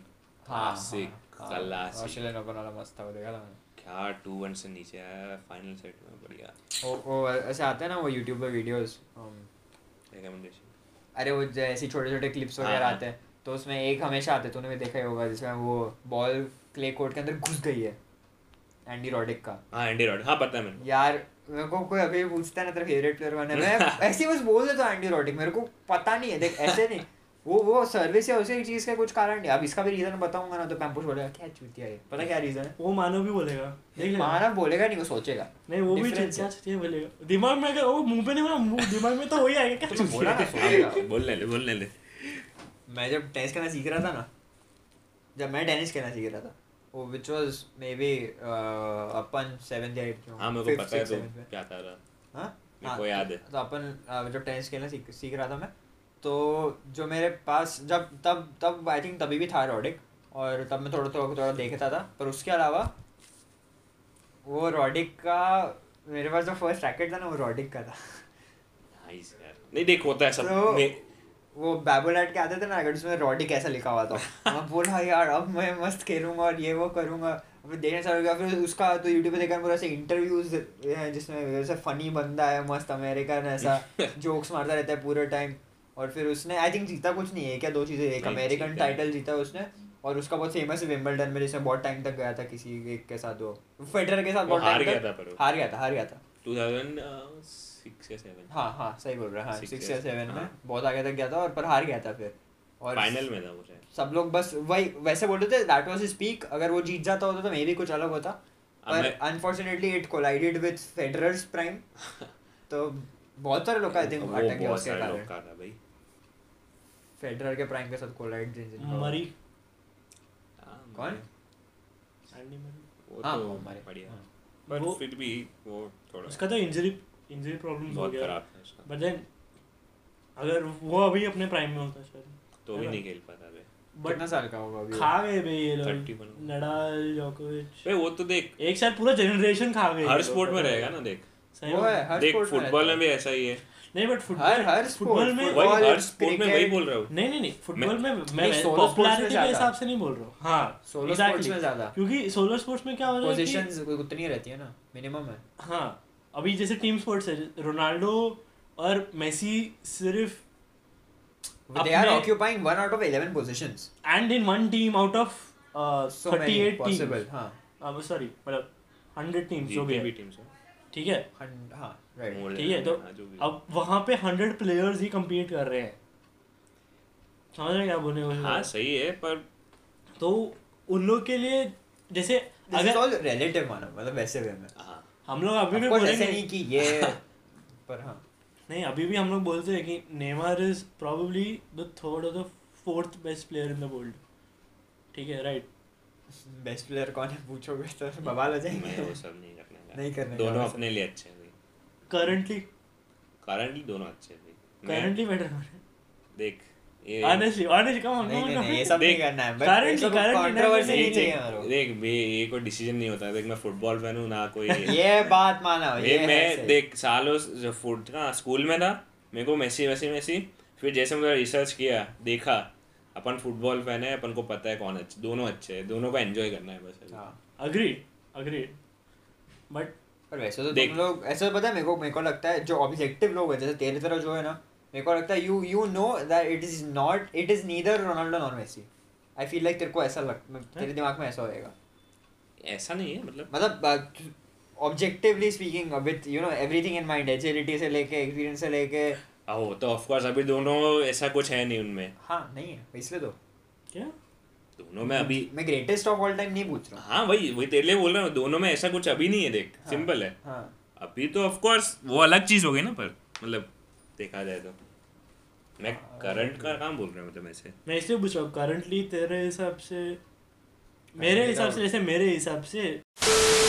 [SPEAKER 2] हाँ,
[SPEAKER 1] क्लासिक क्लासिक
[SPEAKER 2] ऑस्ट्रेलियन ओपन वाला मस्त था वो देखा था मैंने
[SPEAKER 1] क्या टू वन से नीचे आया फाइनल सेट में बढ़िया
[SPEAKER 2] वो वो ऐसे आते हैं ना वो यूट्यूब पे वीडियोस
[SPEAKER 1] रिकमेंडेशन
[SPEAKER 2] अरे वो जो ऐसी छोटे छोटे क्लिप्स वगैरह
[SPEAKER 1] हाँ।
[SPEAKER 2] आते हैं तो उसमें एक हमेशा आते हैं, तूने भी देखा ही होगा जिसमें वो बॉल क्ले कोर्ट के अंदर घुस गई है एंडी रॉडिक का
[SPEAKER 1] हाँ एंडी रॉड हाँ पता है मेरे को
[SPEAKER 2] यार मेरे को कोई अभी पूछता है ना तेरा फेवरेट प्लेयर कौन है मैं ऐसे ही बस बोल देता हूँ एंडी रॉडिक मेरे को पता नहीं है देख ऐसे नहीं वो वो सर्विस या उसी चीज का कुछ कारण नहीं अब इसका भी रीजन बताऊंगा ना तो पैम्पुस बोलेगा क्या चूतिया है पता क्या रीजन
[SPEAKER 3] वो मानव भी बोलेगा देख
[SPEAKER 2] है
[SPEAKER 3] लेना।
[SPEAKER 2] मानव बोलेगा नहीं वो सोचेगा
[SPEAKER 3] नहीं वो भी
[SPEAKER 2] Difference
[SPEAKER 3] क्या चाहिए बोलेगा दिमाग में अगर वो मुंह पे नहीं बोला मुंह- दिमाग में तो वही आएगा क्या
[SPEAKER 2] कुछ बोला ना
[SPEAKER 3] चूतिया?
[SPEAKER 2] सुनेगा
[SPEAKER 1] बोलने ले बोलने ले हाँ,
[SPEAKER 2] मैं जब टेनिस खेलना सीख रहा था ना जब मैं टेनिस खेलना सीख रहा था वो which was maybe uh, अपन सेवन या एट
[SPEAKER 1] हाँ मेरे को पता है तो क्या था रहा
[SPEAKER 2] हाँ
[SPEAKER 1] मेरे
[SPEAKER 2] हाँ,
[SPEAKER 1] को याद है।
[SPEAKER 2] तो अपन अ, जब टेनिस खेलना सीख सीख रहा था मैं तो जो मेरे पास जब तब तब आई थिंक तभी भी था रॉडिक और तब मैं थोड़ा थोड़ा थोड़ा देखता था पर उसके अलावा वो रॉडिक का मेरे पास जो फर्स्ट रैकेट था ना वो रॉडिक का था
[SPEAKER 1] नाइस यार नहीं देख होता है सब
[SPEAKER 2] तो-
[SPEAKER 1] मे-
[SPEAKER 2] वो बैबोलैट के आते थे ना अगर उसमें रॉडिक ऐसा लिखा हुआ था मैं बोला यार अब मैं मस्त खेलूंगा और ये वो करूंगा फिर देखने चालू किया फिर उसका तो यूट्यूब पे देखा पूरा ऐसे इंटरव्यूज हैं जिसमें वैसे फनी बंदा है मस्त अमेरिकन ऐसा जोक्स मारता रहता है पूरे टाइम और फिर उसने आई थिंक जीता कुछ नहीं है क्या दो चीज़ें एक
[SPEAKER 1] नहीं,
[SPEAKER 2] अमेरिकन
[SPEAKER 1] जीता है।
[SPEAKER 2] टाइटल जीता है उसने और उसका बहुत फेमस है विम्बलडन में जिसमें बहुत टाइम तक गया था किसी एक के साथ वो फेडरर के साथ
[SPEAKER 1] वो
[SPEAKER 2] बहुत
[SPEAKER 1] हार
[SPEAKER 2] time
[SPEAKER 1] गया
[SPEAKER 2] तक-
[SPEAKER 1] था पर वो।
[SPEAKER 2] हार गया था हार गया था
[SPEAKER 1] 2006 uh, या 7
[SPEAKER 2] हाँ हाँ सही बोल रहा है हाँ
[SPEAKER 1] Six
[SPEAKER 2] सिक्स
[SPEAKER 1] या
[SPEAKER 2] या सेवन में
[SPEAKER 1] हाँ।
[SPEAKER 2] बहुत आगे तक गया था और पर हार गया था फिर और
[SPEAKER 1] फाइनल में था वो शायद
[SPEAKER 2] सब लोग बस वही वैसे बोल रहे थे दैट वाज हिज पीक अगर वो जीत जाता होता तो मे भी कुछ अलग होता
[SPEAKER 1] अब
[SPEAKER 2] पर
[SPEAKER 1] मैं-
[SPEAKER 2] unfortunately it collided with Federer's prime तो बहुत सारे लोग तो का आई थिंक
[SPEAKER 1] वो
[SPEAKER 2] अटैक
[SPEAKER 1] बहुत
[SPEAKER 2] उसके
[SPEAKER 1] सारे लोग
[SPEAKER 2] कारण
[SPEAKER 1] का था भाई
[SPEAKER 2] फेडरर के प्राइम के साथ कोलाइड
[SPEAKER 3] मरी
[SPEAKER 1] हाँ,
[SPEAKER 2] कौन?
[SPEAKER 3] Andy Murray।
[SPEAKER 1] वो
[SPEAKER 2] हाँ,
[SPEAKER 1] तो
[SPEAKER 2] हमारे।
[SPEAKER 1] बढ़िया
[SPEAKER 2] हाँ।
[SPEAKER 1] बट
[SPEAKER 3] वो-
[SPEAKER 1] फिर भी वो थोड़ा
[SPEAKER 3] उसका तो इंजरी इंजरी प्रॉब्लम हो
[SPEAKER 1] बहुत
[SPEAKER 3] गया
[SPEAKER 1] खराब था उसका
[SPEAKER 3] बट देन अगर वो अभी अपने प्राइम में होता शायद
[SPEAKER 1] तो भी
[SPEAKER 3] है ना?
[SPEAKER 1] नहीं खेल पाता बे
[SPEAKER 2] कितना
[SPEAKER 3] बट
[SPEAKER 2] साल का होगा अभी
[SPEAKER 3] खा गए भाई ये लोग
[SPEAKER 1] 31
[SPEAKER 3] नडाल जोकोविच
[SPEAKER 1] बे वो तो देख
[SPEAKER 3] एक साथ पूरा जनरेशन खा
[SPEAKER 2] हाँ,
[SPEAKER 3] गए
[SPEAKER 1] हर स्पोर्ट में रहेगा ना देख
[SPEAKER 3] सही
[SPEAKER 2] वो
[SPEAKER 3] में।
[SPEAKER 2] है तो हर
[SPEAKER 1] देख
[SPEAKER 2] स्पोर्ट में
[SPEAKER 1] फुटबॉल
[SPEAKER 2] रहता
[SPEAKER 1] में भी ऐसा ही है
[SPEAKER 3] नहीं बट फुटबॉल
[SPEAKER 2] हर हर स्पोर्ट
[SPEAKER 3] फुटबॉल में
[SPEAKER 1] वही
[SPEAKER 2] फुटबॉल,
[SPEAKER 1] हर स्पोर्ट में वही
[SPEAKER 2] क्रिकेट,
[SPEAKER 1] बोल रहा हूँ
[SPEAKER 3] नहीं नहीं नहीं फुटबॉल में मैं
[SPEAKER 2] नहीं, solo sports में
[SPEAKER 3] पॉपुलैरिटी के
[SPEAKER 2] ज्यादा।
[SPEAKER 3] हिसाब से नहीं बोल रहा हूँ हाँ
[SPEAKER 2] Solo sports
[SPEAKER 3] exactly.
[SPEAKER 2] में ज्यादा।
[SPEAKER 3] क्योंकि सोलो स्पोर्ट्स में क्या हो रहा है कि-
[SPEAKER 2] पोजीशंस उतनी रहती है ना मिनिमम है
[SPEAKER 3] हाँ अभी जैसे टीम स्पोर्ट्स है रोनाल्डो और मेसी सिर्फ
[SPEAKER 2] दे आर
[SPEAKER 3] अपने-
[SPEAKER 2] occupying 1 out of 11 positions
[SPEAKER 3] and in one team out of
[SPEAKER 2] so many
[SPEAKER 3] 38
[SPEAKER 2] possible
[SPEAKER 3] team
[SPEAKER 2] हां
[SPEAKER 3] सॉरी Uh, मतलब हंड्रेड टीम्स जो भी है
[SPEAKER 1] टीम से
[SPEAKER 3] ठीक है
[SPEAKER 2] हंड- हाँ राइट
[SPEAKER 3] ठीक है तो अब वहाँ पे हंड्रेड प्लेयर्स ही कम्पीट कर रहे हैं समझ रहे हैं क्या बोलने को
[SPEAKER 1] हाँ सही है पर
[SPEAKER 3] तो उन लोग के लिए जैसे
[SPEAKER 2] अगर
[SPEAKER 3] अगर
[SPEAKER 2] ऑल रिलेटिव मानो मतलब वैसे वे में
[SPEAKER 1] हाँ
[SPEAKER 3] हम लोग अभी भी
[SPEAKER 2] Of course, ऐसे
[SPEAKER 3] बोलेंगे
[SPEAKER 2] नहीं कि ये पर हाँ
[SPEAKER 3] नहीं अभी भी हम लोग बोलते हैं कि Neymar is probably the third और the fourth best player in the world ठीक है राइट
[SPEAKER 2] बेस्ट प्लेयर कौन है पूछोगे तो बवाल हो
[SPEAKER 1] मैं वो
[SPEAKER 2] जाएंगे
[SPEAKER 1] सब नहीं करने का
[SPEAKER 2] नहीं करने का
[SPEAKER 1] दोनों
[SPEAKER 2] वैसे।
[SPEAKER 1] अपने लिए अच्छे हैं
[SPEAKER 3] करंटली
[SPEAKER 1] करंटली दोनों अच्छे हैं
[SPEAKER 3] करंटली बेटर
[SPEAKER 1] देख ये
[SPEAKER 3] ऑनेस्टली ऑनेस्टली कम
[SPEAKER 2] नहीं
[SPEAKER 3] ऑन
[SPEAKER 2] नहीं
[SPEAKER 3] कम
[SPEAKER 2] नहीं ये सब नहीं
[SPEAKER 1] देख,
[SPEAKER 2] करना है बट
[SPEAKER 3] currently- currently नहीं
[SPEAKER 2] कंट्रोवर्सी
[SPEAKER 3] करना
[SPEAKER 2] नहीं
[SPEAKER 1] देख
[SPEAKER 2] चाहिए हमारे
[SPEAKER 1] देख- देख बे ये कोई डिसीजन नहीं होता देख मैं फुटबॉल फैन हूँ ना कोई
[SPEAKER 2] को। ये बात माना
[SPEAKER 1] मैं-
[SPEAKER 2] ये है
[SPEAKER 1] मैं
[SPEAKER 2] सही।
[SPEAKER 1] देख सालों से जब फुट ना स्कूल में था मेरे को मेसी मेसी मेसी फिर जैसे मैंने रिसर्च किया देखा अपन फुटबॉल फैन है अपन को पता है कौन अच्छे दोनों अच्छे हैं दोनों को एंजॉय करना है बस
[SPEAKER 2] हाँ
[SPEAKER 3] अग्रीड अग्रीड बट
[SPEAKER 2] पर वैसे तो
[SPEAKER 1] देख।
[SPEAKER 2] तुम लोग ऐसे पता है मेरे को मेरे को लगता है जो ऑब्जेक्टिव लोग है जैसे तेरे तरह जो है ना मेरे को लगता है you you know that it is not it is neither Ronaldo nor Messi I feel like तेरे को ऐसा लग तेरे दिमाग में ऐसा होएगा
[SPEAKER 1] ऐसा नहीं है मतलब
[SPEAKER 2] मतलब objectively speaking with you know everything in mind agility से लेके एक्सपीरियंस से लेके
[SPEAKER 1] आओ तो ऑफ कोर्स अभी दोनों ऐसा कुछ है नहीं उनमें
[SPEAKER 2] हाँ नहीं है इसलिए तो
[SPEAKER 3] क्या
[SPEAKER 1] दोनों में अभी
[SPEAKER 2] मैं ग्रेटेस्ट ऑफ ऑल टाइम नहीं पूछ रहा हूँ
[SPEAKER 1] हाँ वही वही तेरे लिए बोल रहा हूँ दोनों में ऐसा कुछ अभी नहीं है देख
[SPEAKER 2] हाँ,
[SPEAKER 1] सिंपल है
[SPEAKER 2] हाँ
[SPEAKER 1] अभी तो ऑफ कोर्स वो अलग चीज हो गई ना पर मतलब देखा जाए तो मैं करंट का काम बोल रहा हूँ मतलब ऐसे
[SPEAKER 3] मैं इसलिए पूछ
[SPEAKER 2] तो-
[SPEAKER 3] रहा हूँ करंटली तेरे हिसाब से मेरे हिसाब से जैसे मेरे हिसाब से